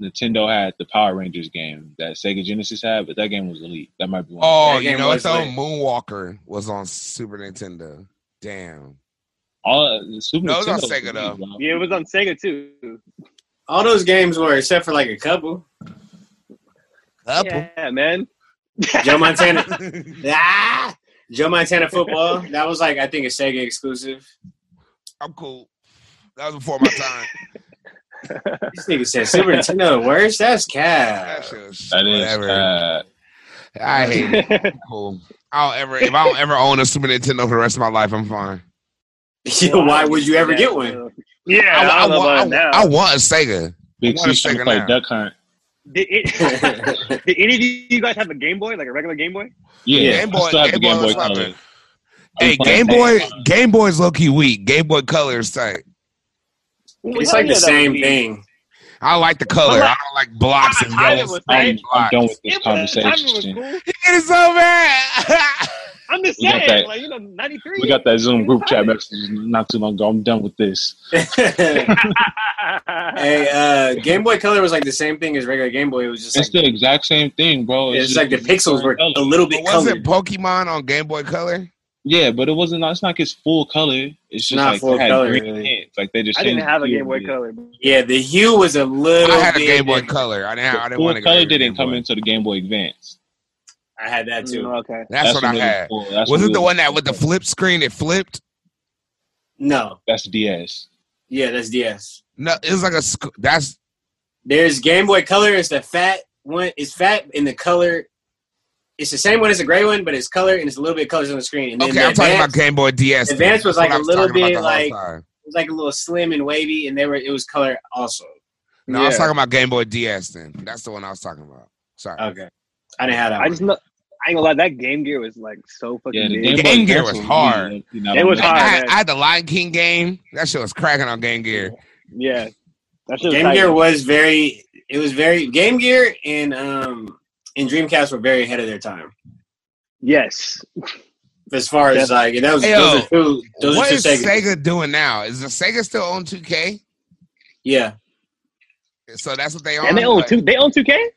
E: Nintendo had the Power Rangers game that Sega Genesis had, but that game was elite. That might be one. of
B: Oh,
D: That
B: you
D: game
B: know what
D: was
B: though?
D: lit.
B: Moonwalker was on Super Nintendo. Damn.
E: the- all the Super
B: No, it was on
E: Nintendo.
B: Sega,
E: elite,
B: though.
E: bro.
C: Yeah, it was on Sega too.
D: All those games were, except for like a couple.
B: Up.
C: Yeah, man.
D: Joe Montana. ah! Joe Montana football. That was like I think a Sega exclusive.
B: I'm cool. That was before my time.
D: This nigga said Super Nintendo the worst. That's
B: that
D: cat.
B: shit was
E: That is.
B: whatever.
E: Uh,
B: I hate it. Cool. I don't ever if I don't ever own a Super Nintendo for the rest of my life, I'm fine.
D: Why would you ever get one?
C: Yeah,
B: I, I,
C: I,
B: want, I,
C: love now.
B: I want a Sega. Wait
E: Big
B: a
E: C trying
B: second
E: to play
B: now.
E: Duck Hunt.
C: did, it, did any of you guys have a Game Boy, like a regular Game Boy?
E: Yeah,
B: Game Boy-
E: I still have the
B: Game
E: Game
B: Boy
E: Boy
B: was out
E: Color.
B: there. Hey, Game Boy, Game Boy's low key weak. Game Boy Color is tight.
D: It's like the same thing.
B: I like the color. I don't like blocks and
C: I- I
B: yellows.
C: was
E: I'm,
B: and
E: I'm done
B: blocks.
E: with this
F: was
E: conversation.
F: cool.
B: It is so bad.
F: I'm just
E: We got
F: saying,
E: that-
F: like, you know, 93.
E: We got that Zoom group chat message not too long ago. I'm done with this.
D: hey,
C: hey,
D: uh, Game Boy Color was like the same thing as regular Game Boy. It was just
E: It's
D: like,
E: the exact same thing, bro.
D: it's
E: just-
D: like the pixels were a little bit
B: But wasn't
D: colored.
B: Pokemon on Game Boy Color?
E: Yeah, but it wasn't. It's not his full color. It's just
D: Not
E: like
D: full
E: they had
D: color,
E: green
D: really.
E: hints. Like they just.
C: I didn't
E: changed
C: have a
E: the
C: Game Boy
E: hue.
C: Color. but-
D: Yeah, the hue was a little.
B: I had a
D: bit
B: Game Boy
D: different.
B: Color. I didn't. Have, I
E: The
B: didn't want
E: full
B: to go.
E: color didn't come into the Game Boy Advance.
D: I had that too.
C: Mm, okay.
B: That's, what
E: when
B: I
E: it was
B: had.
E: full. That's
B: Was
E: when
B: it the one that with the flip screen? It flipped.
D: No,
E: That's DS.
D: yeah, that's DS.
B: No, it was like a. sc- That's
D: There's Game Boy Color. It's the fat one. It's fat in the color. It's the same one as the gray one, but it's color and it's a little bit of colors on the screen. And then
B: okay.
D: the
B: I'm talking about
D: advanced-
B: Game Boy DS. then.
D: Advance was
B: That's
D: like
B: what I
D: a little
B: talking about
D: bit
B: the whole
D: like-
B: time.
D: It was like a little slim and wavy, and they were it was color also.
B: No, I was
C: Yeah.
B: talking about Game Boy DS. Then that's the one I was talking about. Sorry.
D: Okay, I didn't have that.
C: I
D: One.
C: just know. I ain't gonna lie, that Game Gear was like so fucking
E: Yeah, the
C: big.
E: Game,
B: Game
E: Boy
B: Gear
E: Advance
B: was hard.
E: really, you know,
C: It was
B: I,
C: hard.
B: had,
C: yeah.
B: I had the Lion King game. That shit was cracking on Game Gear.
C: Yeah, that shit was
D: Game
C: tight.
D: Gear was very. It was very Game Gear and um and Dreamcast were very ahead of their time
C: Yes,
D: as far as
C: Yeah.
D: like and that was
B: Hey,
D: those are two those
B: what
D: are two
B: is
D: Sega.
B: Sega doing now? Is the Sega still on 2K?
D: Yeah.
B: So that's what they own.
C: and they own
B: Like,
C: two. They own two K.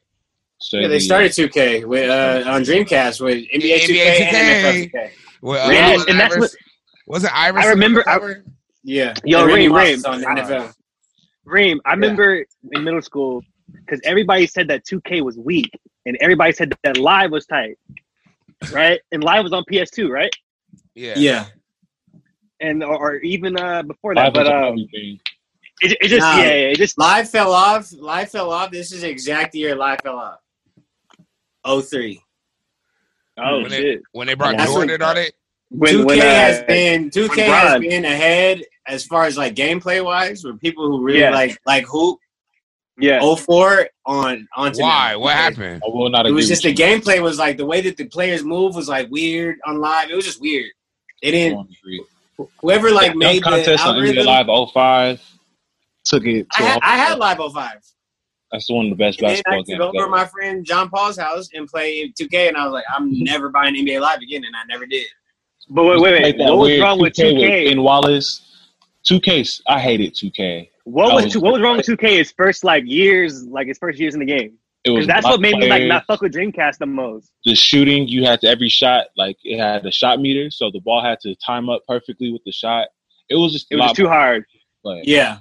E: So
D: yeah, they started 2K with uh on Dreamcast with NBA 2K,
B: NBA
D: and NFL 2K.
B: Well,
C: Yes,
B: Allen
C: and that's
B: Iverson- uh, was it Iverson?
C: I remember-
B: on the cover?
D: Yeah,
C: Yo,
D: And
C: Ray,
D: Randy Moss
C: Ray.
D: is on the NFL.
C: Reem, I remember in middle school because everybody said that two K was weak, and everybody said that Live was tight, right? And Live was on PS two, right?
B: yeah.
D: Yeah,
C: And or, or even uh before
E: Live
C: that,
E: was
C: but
E: on
C: um,
E: everything.
C: it, it just
D: Nah.
C: yeah, yeah, it just
D: live fell off. Live fell off. This is the exact year live fell off. Oh three.
C: oh
B: When
C: shit.
B: they, when they brought
D: That's
B: Jordan
D: what-
B: on it,
C: When,
D: Two
C: when,
D: K
C: uh,
D: has been two
C: when
D: K has
C: Bron-
D: been ahead as far as like gameplay wise, with people who really
C: Yeah.
D: like like hoop.
C: yeah,
D: 04 on on to
B: why?
D: now.
B: What happened?
E: I will not
D: It
E: agree.
D: was just the
E: with
D: gameplay was like the way that the players move was like weird on live. It was just weird. They
E: you. I
D: didn't
E: won't agree.
D: whoever like
E: Dunk
D: made the
E: contest on NBA
D: algorithm.
E: Live 05 took it.
D: I
E: To a
D: had,
E: whole-
D: I had live 05.
E: That's one of the best
D: And then I
E: basketball
D: could
E: games.
D: go over
E: ever.
D: to my friend John Paul's house and play 2K, and I was like, I'm never buying NBA Live again, and I never did.
C: but wait, wait, wait.
E: Like that
C: What was
E: weird
C: wrong with two
E: 2K with
C: K?
E: Ben Wallace. 2K, I hated 2K.
C: What
E: I
C: was
E: was-
C: two, what was wrong with two K? His first like years, like his first years in the game,
E: It
C: because
E: was
C: that's what
E: black
C: made me like
E: players.
C: not fuck with Dreamcast the most.
E: the shooting you had to every shot like it had a shot meter so the ball had to time up perfectly with the shot it was just
C: It was just too hard.
E: play.
D: Yeah.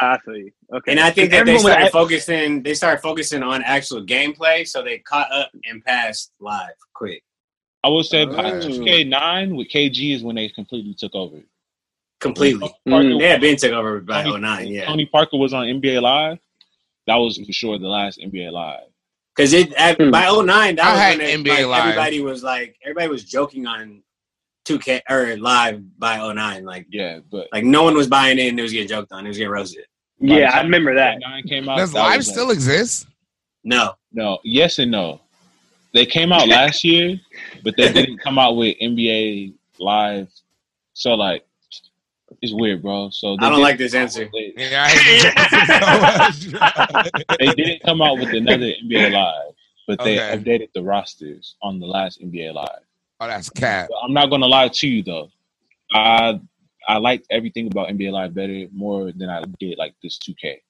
C: Ah, I see. Okay,
D: And I think that they
C: Everyone was-
D: started focusing they started focusing on actual gameplay, so they caught up and passed live quick.
E: i would say
B: Oh.
E: 2k9 with kg is when they completely took over
D: Completely.
E: Parker-
C: Mm.
D: They had been took over by
E: Tony-
D: 09, yeah.
E: tony parker was on nba live that was for sure the last nba live
D: Because it at,
C: Hmm.
D: by 09, that
B: I
D: was
B: had
D: when it,
B: NBA
D: like,
B: Live.
D: everybody was like everybody was joking on 2K or live by 09. Like
E: yeah but
D: like no one was buying in, it was getting joked on, it was getting roasted.
E: by the
C: yeah, I
E: time
C: remember that.
E: 2K9 came
D: Uh,
E: out
B: Does
E: that was
B: Live
E: like-
B: still exist?
D: No.
E: no yes and no they came out last year but they didn't come out with nba live so like it's weird bro so they
D: I don't
E: did-
D: like this answer.
E: they-
B: Yeah, I hate you so much.
E: they didn't come out with another NBA Live, but they
B: Okay.
E: updated the rosters on the last NBA Live.
B: Oh, that's cat.
E: But I'm not gonna lie to you though, I I liked everything about NBA Live better more than I did like this 2K.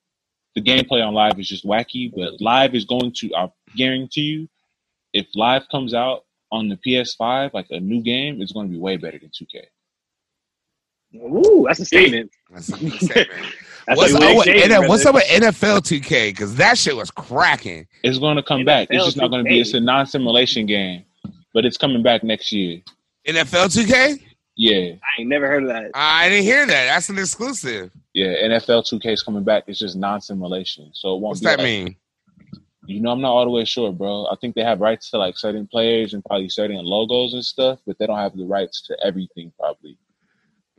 E: The gameplay on Live is just wacky, but Live is going to I guarantee you, if Live comes out on the PS5 like a new game, it's going to be way better than 2K.
C: Ooh, that's a statement.
B: That's a big statement.
C: That's
B: What's
C: a
B: up,
C: big
B: with,
C: statement,
B: N- what's up
C: brother.
B: with NFL 2K? Because that shit was cracking.
E: It's going to come
C: NFL
E: back. It's just not going to be.
C: 2K.
E: It's a non-simulation game, but it's coming back next year.
B: NFL 2K?
E: Yeah.
C: I ain't never heard of that.
B: I didn't hear that. That's an exclusive.
E: Yeah, NFL 2K is coming back. It's just non-simulation, so it won't.
B: What's
E: be
B: that
E: like-
B: mean?
E: You know, I'm not all the way sure, bro. I think they have rights to like certain players and probably certain logos and stuff, but they don't have the rights to everything, probably.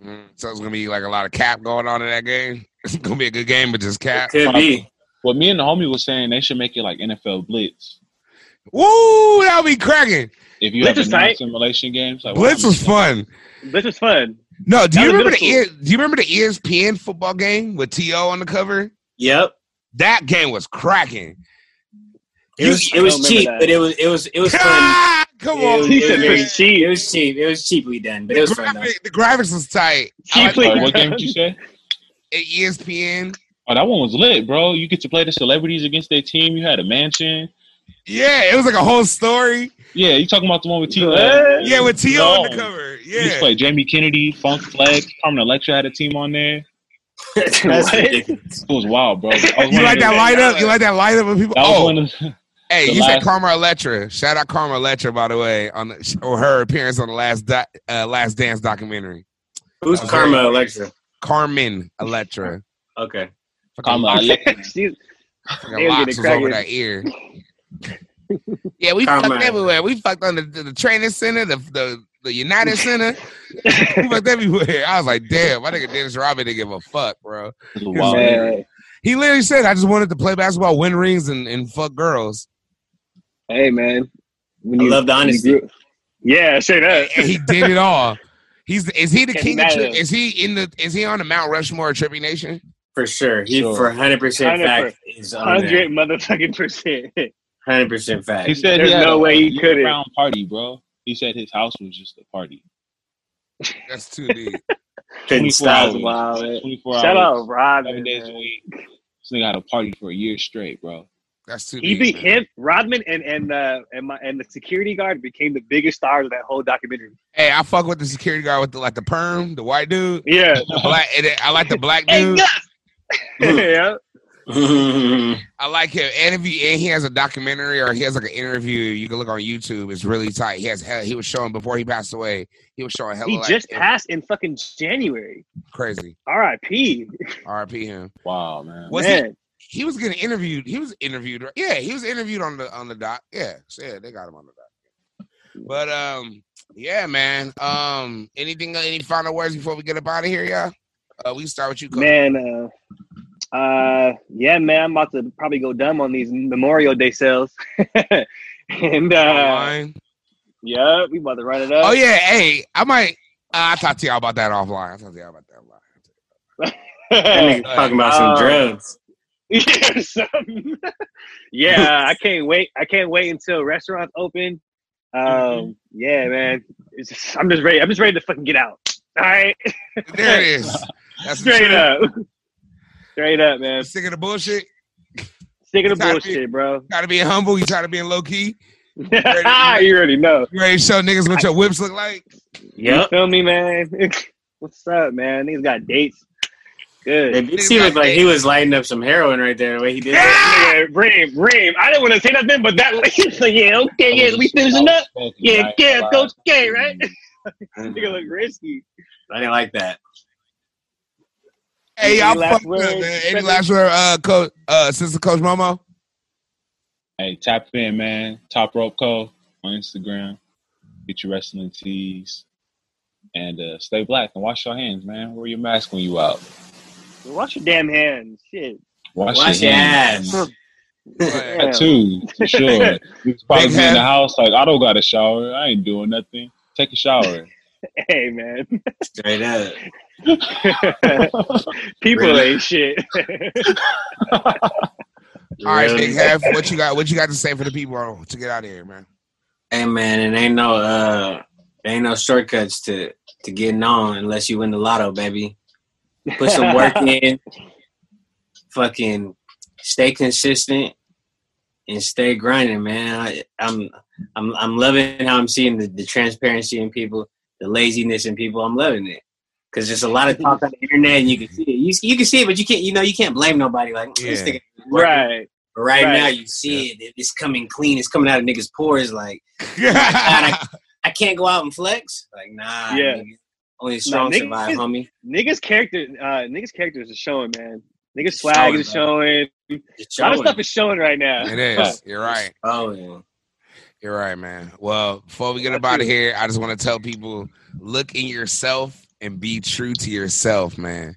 B: Mm, so it's gonna be like a lot of cap going on in that game. It's gonna be a good game, but just cap.
D: Could be.
E: Well, me and the homie was saying they should make it like NFL Blitz.
B: Woo, that'll be cracking.
E: If you
C: Blitz is
E: have a non
C: tight.
E: simulation games, like
B: Blitz was fun.
C: This is fun.
B: No, do
C: That
B: you
C: was
B: remember
C: middle
B: the E- do you remember the ESPN football game with To on the cover?
D: Yep.
B: That game was cracking.
D: It was, it
C: I
D: was
C: don't remember
D: cheap,
C: that.
D: but it was it was it was fun.
B: Ah, come
D: It
B: on,
D: was-
C: He said
D: it
B: man.
D: was-
C: it's cheap.
D: It was cheap. It was cheaply done, but it was
B: the,
D: fun. Though.
B: graphic, the graphics was tight. I like
C: Cheaply
E: Sorry,
C: done.
E: what game did you say?
B: At E ESPN,
E: Oh, that one was lit, bro. You get to play the celebrities against their team. You had a mansion.
B: yeah, it was like a whole story.
E: Yeah, you talking about the one with T?
C: What?
B: Yeah, with To on the
E: No.
B: cover.
E: You just
B: Yeah,
E: played Jamie Kennedy, Funk Flex, Carmen Electra had a team on there.
D: That's
C: What?
D: ridiculous.
E: It was wild, bro. I was
B: you like
E: one of the-
B: that lineup? You like that lineup of people?
E: That was
B: oh,
E: one of the-
B: Hey,
E: The
B: you said
E: last-
B: Karma Electra. Shout out Karma Electra, by the way, on the, or her appearance on the last doc, uh, Last Dance documentary.
D: Who's
B: That was
D: Karma
B: great.
D: Alexa?
B: Carmen Electra.
D: Okay.
E: Karma Electra.
C: She's-
B: Fucking
C: They was
B: locks
C: getting
B: was
C: cracking.
B: over that ear. yeah, we
D: Karma.
B: fucked everywhere. We fucked on the, the, the training center, the the, the United Center. we fucked everywhere. I was like, damn, my nigga Dennis Robin didn't give a fuck, bro.
E: It was wild.
C: Man.
B: He literally said, I just wanted to play basketball, win rings, and, and fuck girls.
C: Hey man, when
D: I love the
C: when
D: honesty.
C: grew- yeah, say that.
B: and he did it all. He's is he the
C: Doesn't
B: king of tri-
C: matter.
B: is he in the is he on the Mount Rushmore of Trippy Nation?
D: For sure. He
E: Sure.
D: for hundred percent
C: 100%.
D: fact is on
C: Hundred motherfucking percent.
D: Hundred percent fact.
E: He said
C: There's
E: he had
C: no
E: a
C: way he couldn't.
E: year-round party, bro. He said his house was just a party.
B: That's too deep.
D: couldn't
E: 24
D: stop.
E: hours.
D: him.
C: Wow, man.
E: 24
C: Shout
E: hours.
C: out Rodman.
E: Seven days a
C: man.
E: week. This nigga had a party for a year straight, bro.
B: That's too
C: He
B: deep.
C: beat
B: man.
C: him, Rodman, and and uh, and my and the security guard became the biggest stars of that whole documentary.
B: Hey, I fuck with the security guard with the, like the perm, the white dude,
C: Yeah,
B: the black. and I like the black
F: Hey,
B: dude.
F: Gus,
C: yeah.
B: I like him. And if you, and he has a documentary or he has like an interview, you can look on YouTube. It's really tight. He has hell. He was showing before he passed away. He was showing hell.
C: He
B: like,
C: just
B: it-
C: passed in fucking January.
B: crazy.
C: R.I.P.
B: R.I.P. Him.
E: Wow, man.
B: Was he?
C: man,
B: He was getting interviewed. He was interviewed. Right? Yeah, he was interviewed on the on the doc. Yeah, so yeah, they got him on the doc. But um, yeah, man. Um, anything? Any final words before we get up out of here, y'all? Uh, we start with you, Coach.
C: man, uh, uh, yeah, man. I'm about to probably go dumb on these Memorial Day sales, and uh,
B: Online.
C: yeah, we about to run it up.
B: Oh yeah, hey, I might. Uh, I talk to y'all about that offline. I talk to y'all about that offline.
D: That nigga talking about some
C: Uh,
D: drugs.
C: yeah, something. yeah, I can't wait. I can't wait until restaurants open. Um, yeah, man. It's just, I'm just ready. I'm just ready to fucking get out. All right,
B: There it is. That's the
C: straight
B: truth.
C: up, straight up, man.
B: Sick of the bullshit.
C: Sick of the
B: It's time to
C: bullshit, bro.
B: Tired of being humble. You tired of being low key.
C: you already know.
B: You ready to show niggas what your whips look like?
C: You feel me, man? What's up, man? These got dates. Good.
D: If you see looked like he was lighting up some heroin right there, the way he did it.
C: Yeah, Reem, Reem. I didn't want to say nothing, but that. so yeah, okay, yeah, we finishing up. Yeah, yeah, Coach K, right? Nigga look risky.
D: I didn't like that.
B: Hey,
C: Any
B: y'all
C: last
B: fucked up,
C: words,
B: man. Any
C: Brendan?
B: last word, uh, coach, uh, sister, coach Momo?
E: Hey, tap in, man. Top Rope Co. on Instagram. Get your wrestling tees. And uh, stay black and wash your hands, man. Wear your mask when you out.
C: Wash your damn hands. Shit.
E: Wash,
D: Wash your ass.
E: man.
B: Go
C: Yeah.
B: ahead.
E: That too, for sure. You was probably
B: Big
E: be in
B: head.
E: the house like, I don't got a shower. I ain't doing nothing. Take a shower.
C: Hey, man.
D: Straight up.
C: People
D: Really?
C: ain't shit.
B: All right,
D: Really?
B: big half. What you got? What you got to say for the people to get out of here, man?
D: Hey man, it ain't no uh ain't no shortcuts to to getting on unless you win the lotto, baby. Put some work in. Fucking stay consistent and stay grinding, man. I, I'm I'm I'm loving how I'm seeing the, the transparency in people, the laziness in people. I'm loving it. Cause there's a lot of talk on the internet, and you can see it. You, you can see it, but you can't. You know, you can't blame nobody. Like this
B: Yeah.
D: nigga working.
C: right.
D: But right,
C: Right.
D: now, you see it. It's coming clean. It's coming out of niggas' pores. Like I can't go out and flex. Like, nah.
C: Yeah.
D: nigga. Only strong
C: niggas-
D: survive, homie.
C: Niggas character uh niggas characters are showing, man. Nigga swag is showing.
D: It's
C: A lot of
D: showing.
C: stuff is showing right now.
B: It is. You're right.
D: Oh, yeah.
B: You're right, man. Well, before we get up out of here, I just want to tell people look in yourself and be true to yourself, man.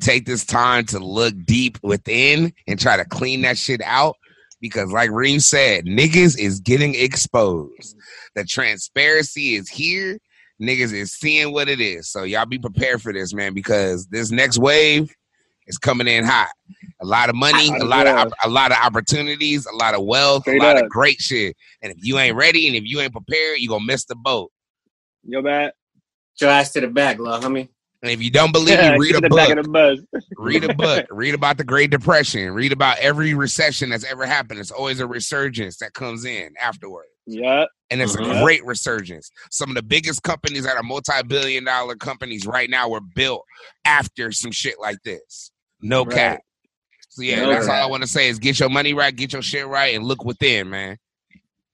B: Take this time to look deep within and try to clean that shit out because, like Reem said, niggas is getting exposed. The transparency is here. Niggas is seeing what it is. So, y'all be prepared for this, man, because this next wave is coming in hot. A lot of money, a lot of op- a lot of opportunities, a lot of wealth,
C: Straight
B: a lot
C: up.
B: of great shit. And if you ain't ready and if you ain't prepared, you're gonna miss the boat.
C: Yo, man.
D: Your ass to the back, lil homie.
B: And if you don't believe
C: Yeah,
B: me, read
C: get
B: a
C: the back
B: book.
C: of the bus.
B: read a book. Read about the Great Depression. Read about every recession that's ever happened. It's always a resurgence that comes in afterward.
C: Yeah.
B: And it's
D: Mhm.
B: a great resurgence. Some of the biggest companies that are multi-billion dollar companies right now were built after some shit like this. No
D: Right.
B: cap. So yeah,
D: No
B: that's all I
D: cap.
B: want to say is get your money right, get your shit right, and look within, man.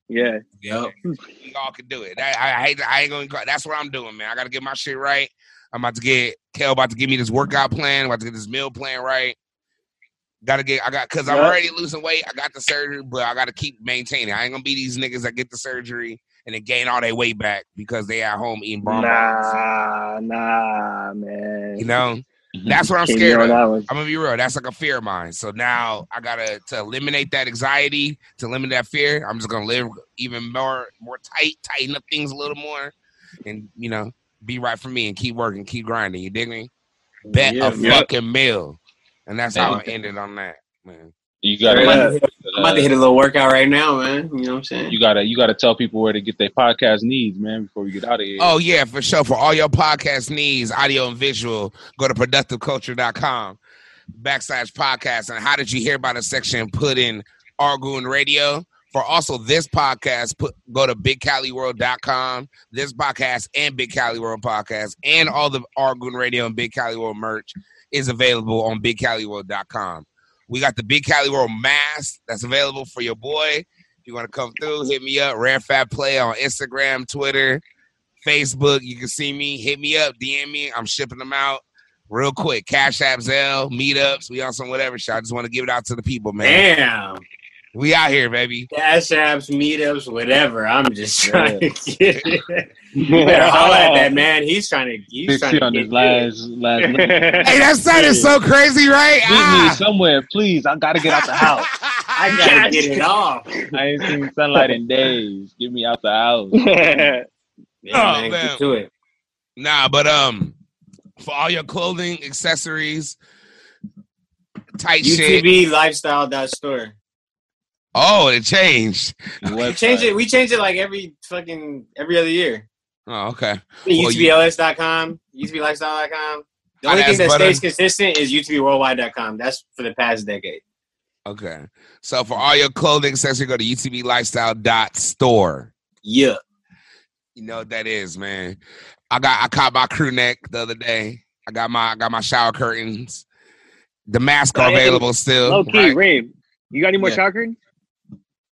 C: Yeah.
D: Yep.
B: We all can do it. That, I, I hate. I ain't gonna. call- That's what I'm doing, man. I gotta get my shit right. I'm about to get Kel about to give me this workout plan. About to get this meal plan right. Gotta get. I got because I'm
C: Yeah.
B: already losing weight. I got the surgery, but I gotta keep maintaining. I ain't gonna be these niggas that get the surgery and then gain all their weight back because they at home eating bomb.
C: Nah, nah, man.
B: You know, that's what I'm
C: Keep me
B: scared of.
C: on that one.
B: I'm gonna be real. That's like a fear of mine. So now I gotta to eliminate that anxiety, to eliminate that fear. I'm just gonna live even more, more tight, tighten up things a little more, and you know, be right for me and keep working, keep grinding. You dig me? Bet
D: Yeah,
B: a
D: man.
B: fucking meal, and that's how I
E: Hey.
B: ended on that, man.
E: You gotta,
D: I'm,
C: Straight
D: about
C: up.
D: to hit, I'm about to hit a little workout right now, man. You know what I'm saying?
E: uh, you gotta, you gotta tell people where to get their podcast needs, man, before we get out of here.
B: Oh yeah, for sure. For all your podcast needs, audio and visual, go to productiveculture.com backslash podcast. And how did you hear about a section? Put in Argoon Radio. For also this podcast, put go to bigcaliworld.com. This podcast and Big Cali World podcast and all the Argoon Radio and Big Cali World merch is available on bigcaliworld.com. We got the Big Cali World mask that's available for your boy. If you want to come through, hit me up. Rare Fat Play on Instagram, Twitter. Facebook. You can see me. Hit me up. DM me. I'm shipping them out real quick. Cash App, Zelle, meetups. We on some whatever shit. I just want to give it out to the people, man.
D: Damn.
B: We out here, baby.
D: Dash apps, meetups, whatever. I'm just trying to get it. You better holler at that
C: Yeah.
D: man. He's trying to. He's
E: Big
D: trying
E: shit
D: to
E: on
D: get
E: this
D: you.
E: last, last. leg.
B: Hey, that sounded so crazy, right?
E: Meet me
B: Ah.
E: somewhere, please. I gotta get out the house.
D: I gotta get it off.
E: I ain't seen sunlight in days. Get me out the house.
D: Yeah,
B: Oh,
D: man,
B: man.
D: Get to it.
B: Nah, but um, for all your clothing, accessories, tight shit.
D: UTB lifestyle dot store.
B: Oh, it changed.
D: We change it. We change it like every fucking every other year.
B: Oh, okay. Well, you-
D: UTBLS.com, UTBLifestyle.com. The only
B: Hot
D: thing
B: ass
D: that
B: butter.
D: stays consistent is UTBWorldwide.com. That's for the past decade.
B: Okay. So for all your clothing, accessory, go to utblifestyle.store.
D: Yeah.
B: You know what that is, man. I got I caught my crew neck the other day. I got my I got my shower curtains. The masks are
C: Hey,
B: available still.
C: Low key,
B: right?
C: Reem. You got any more
D: Yeah.
C: shocker?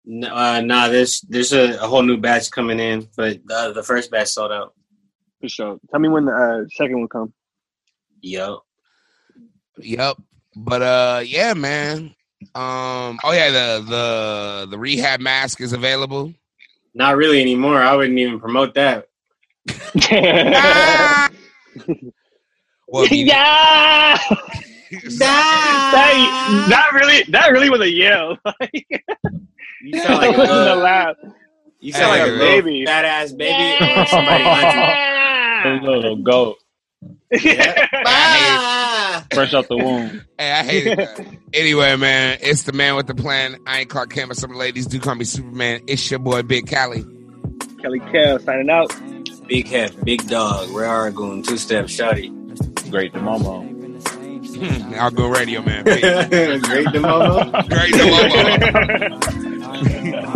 D: No, uh, nah, there's there's a, a whole new batch coming in, but the, the first batch sold out.
C: For sure. Tell me when the uh, second will come.
D: Yo.
B: Yep. But uh yeah, man. Um oh yeah, the the the rehab mask is available.
D: Not really anymore. I wouldn't even promote that.
B: Ah! well, if you-
F: yeah.
B: Ah.
C: That, that really, that really was a yell.
D: You sound like
C: that
D: a
C: wasn't a
D: little,
C: laugh.
D: you sound
B: Hey,
D: like a
C: baby.
D: baby. badass baby.
F: Yeah.
D: and somebody wants you.
E: A little goat,
B: I
E: fresh out the womb.
B: hey, I hate it. guys. Anyway, man, it's the man with the plan. I ain't Clark Kent, but some ladies do call me Superman. It's your boy Big Cali.
C: Kelly Kell signing out.
D: Big hef, big dog, rare Argoon, two step shotty.
E: Great to Momo.
B: I'll go radio, man. Peace.
D: Great demomo.
B: Great to Momo.
G: I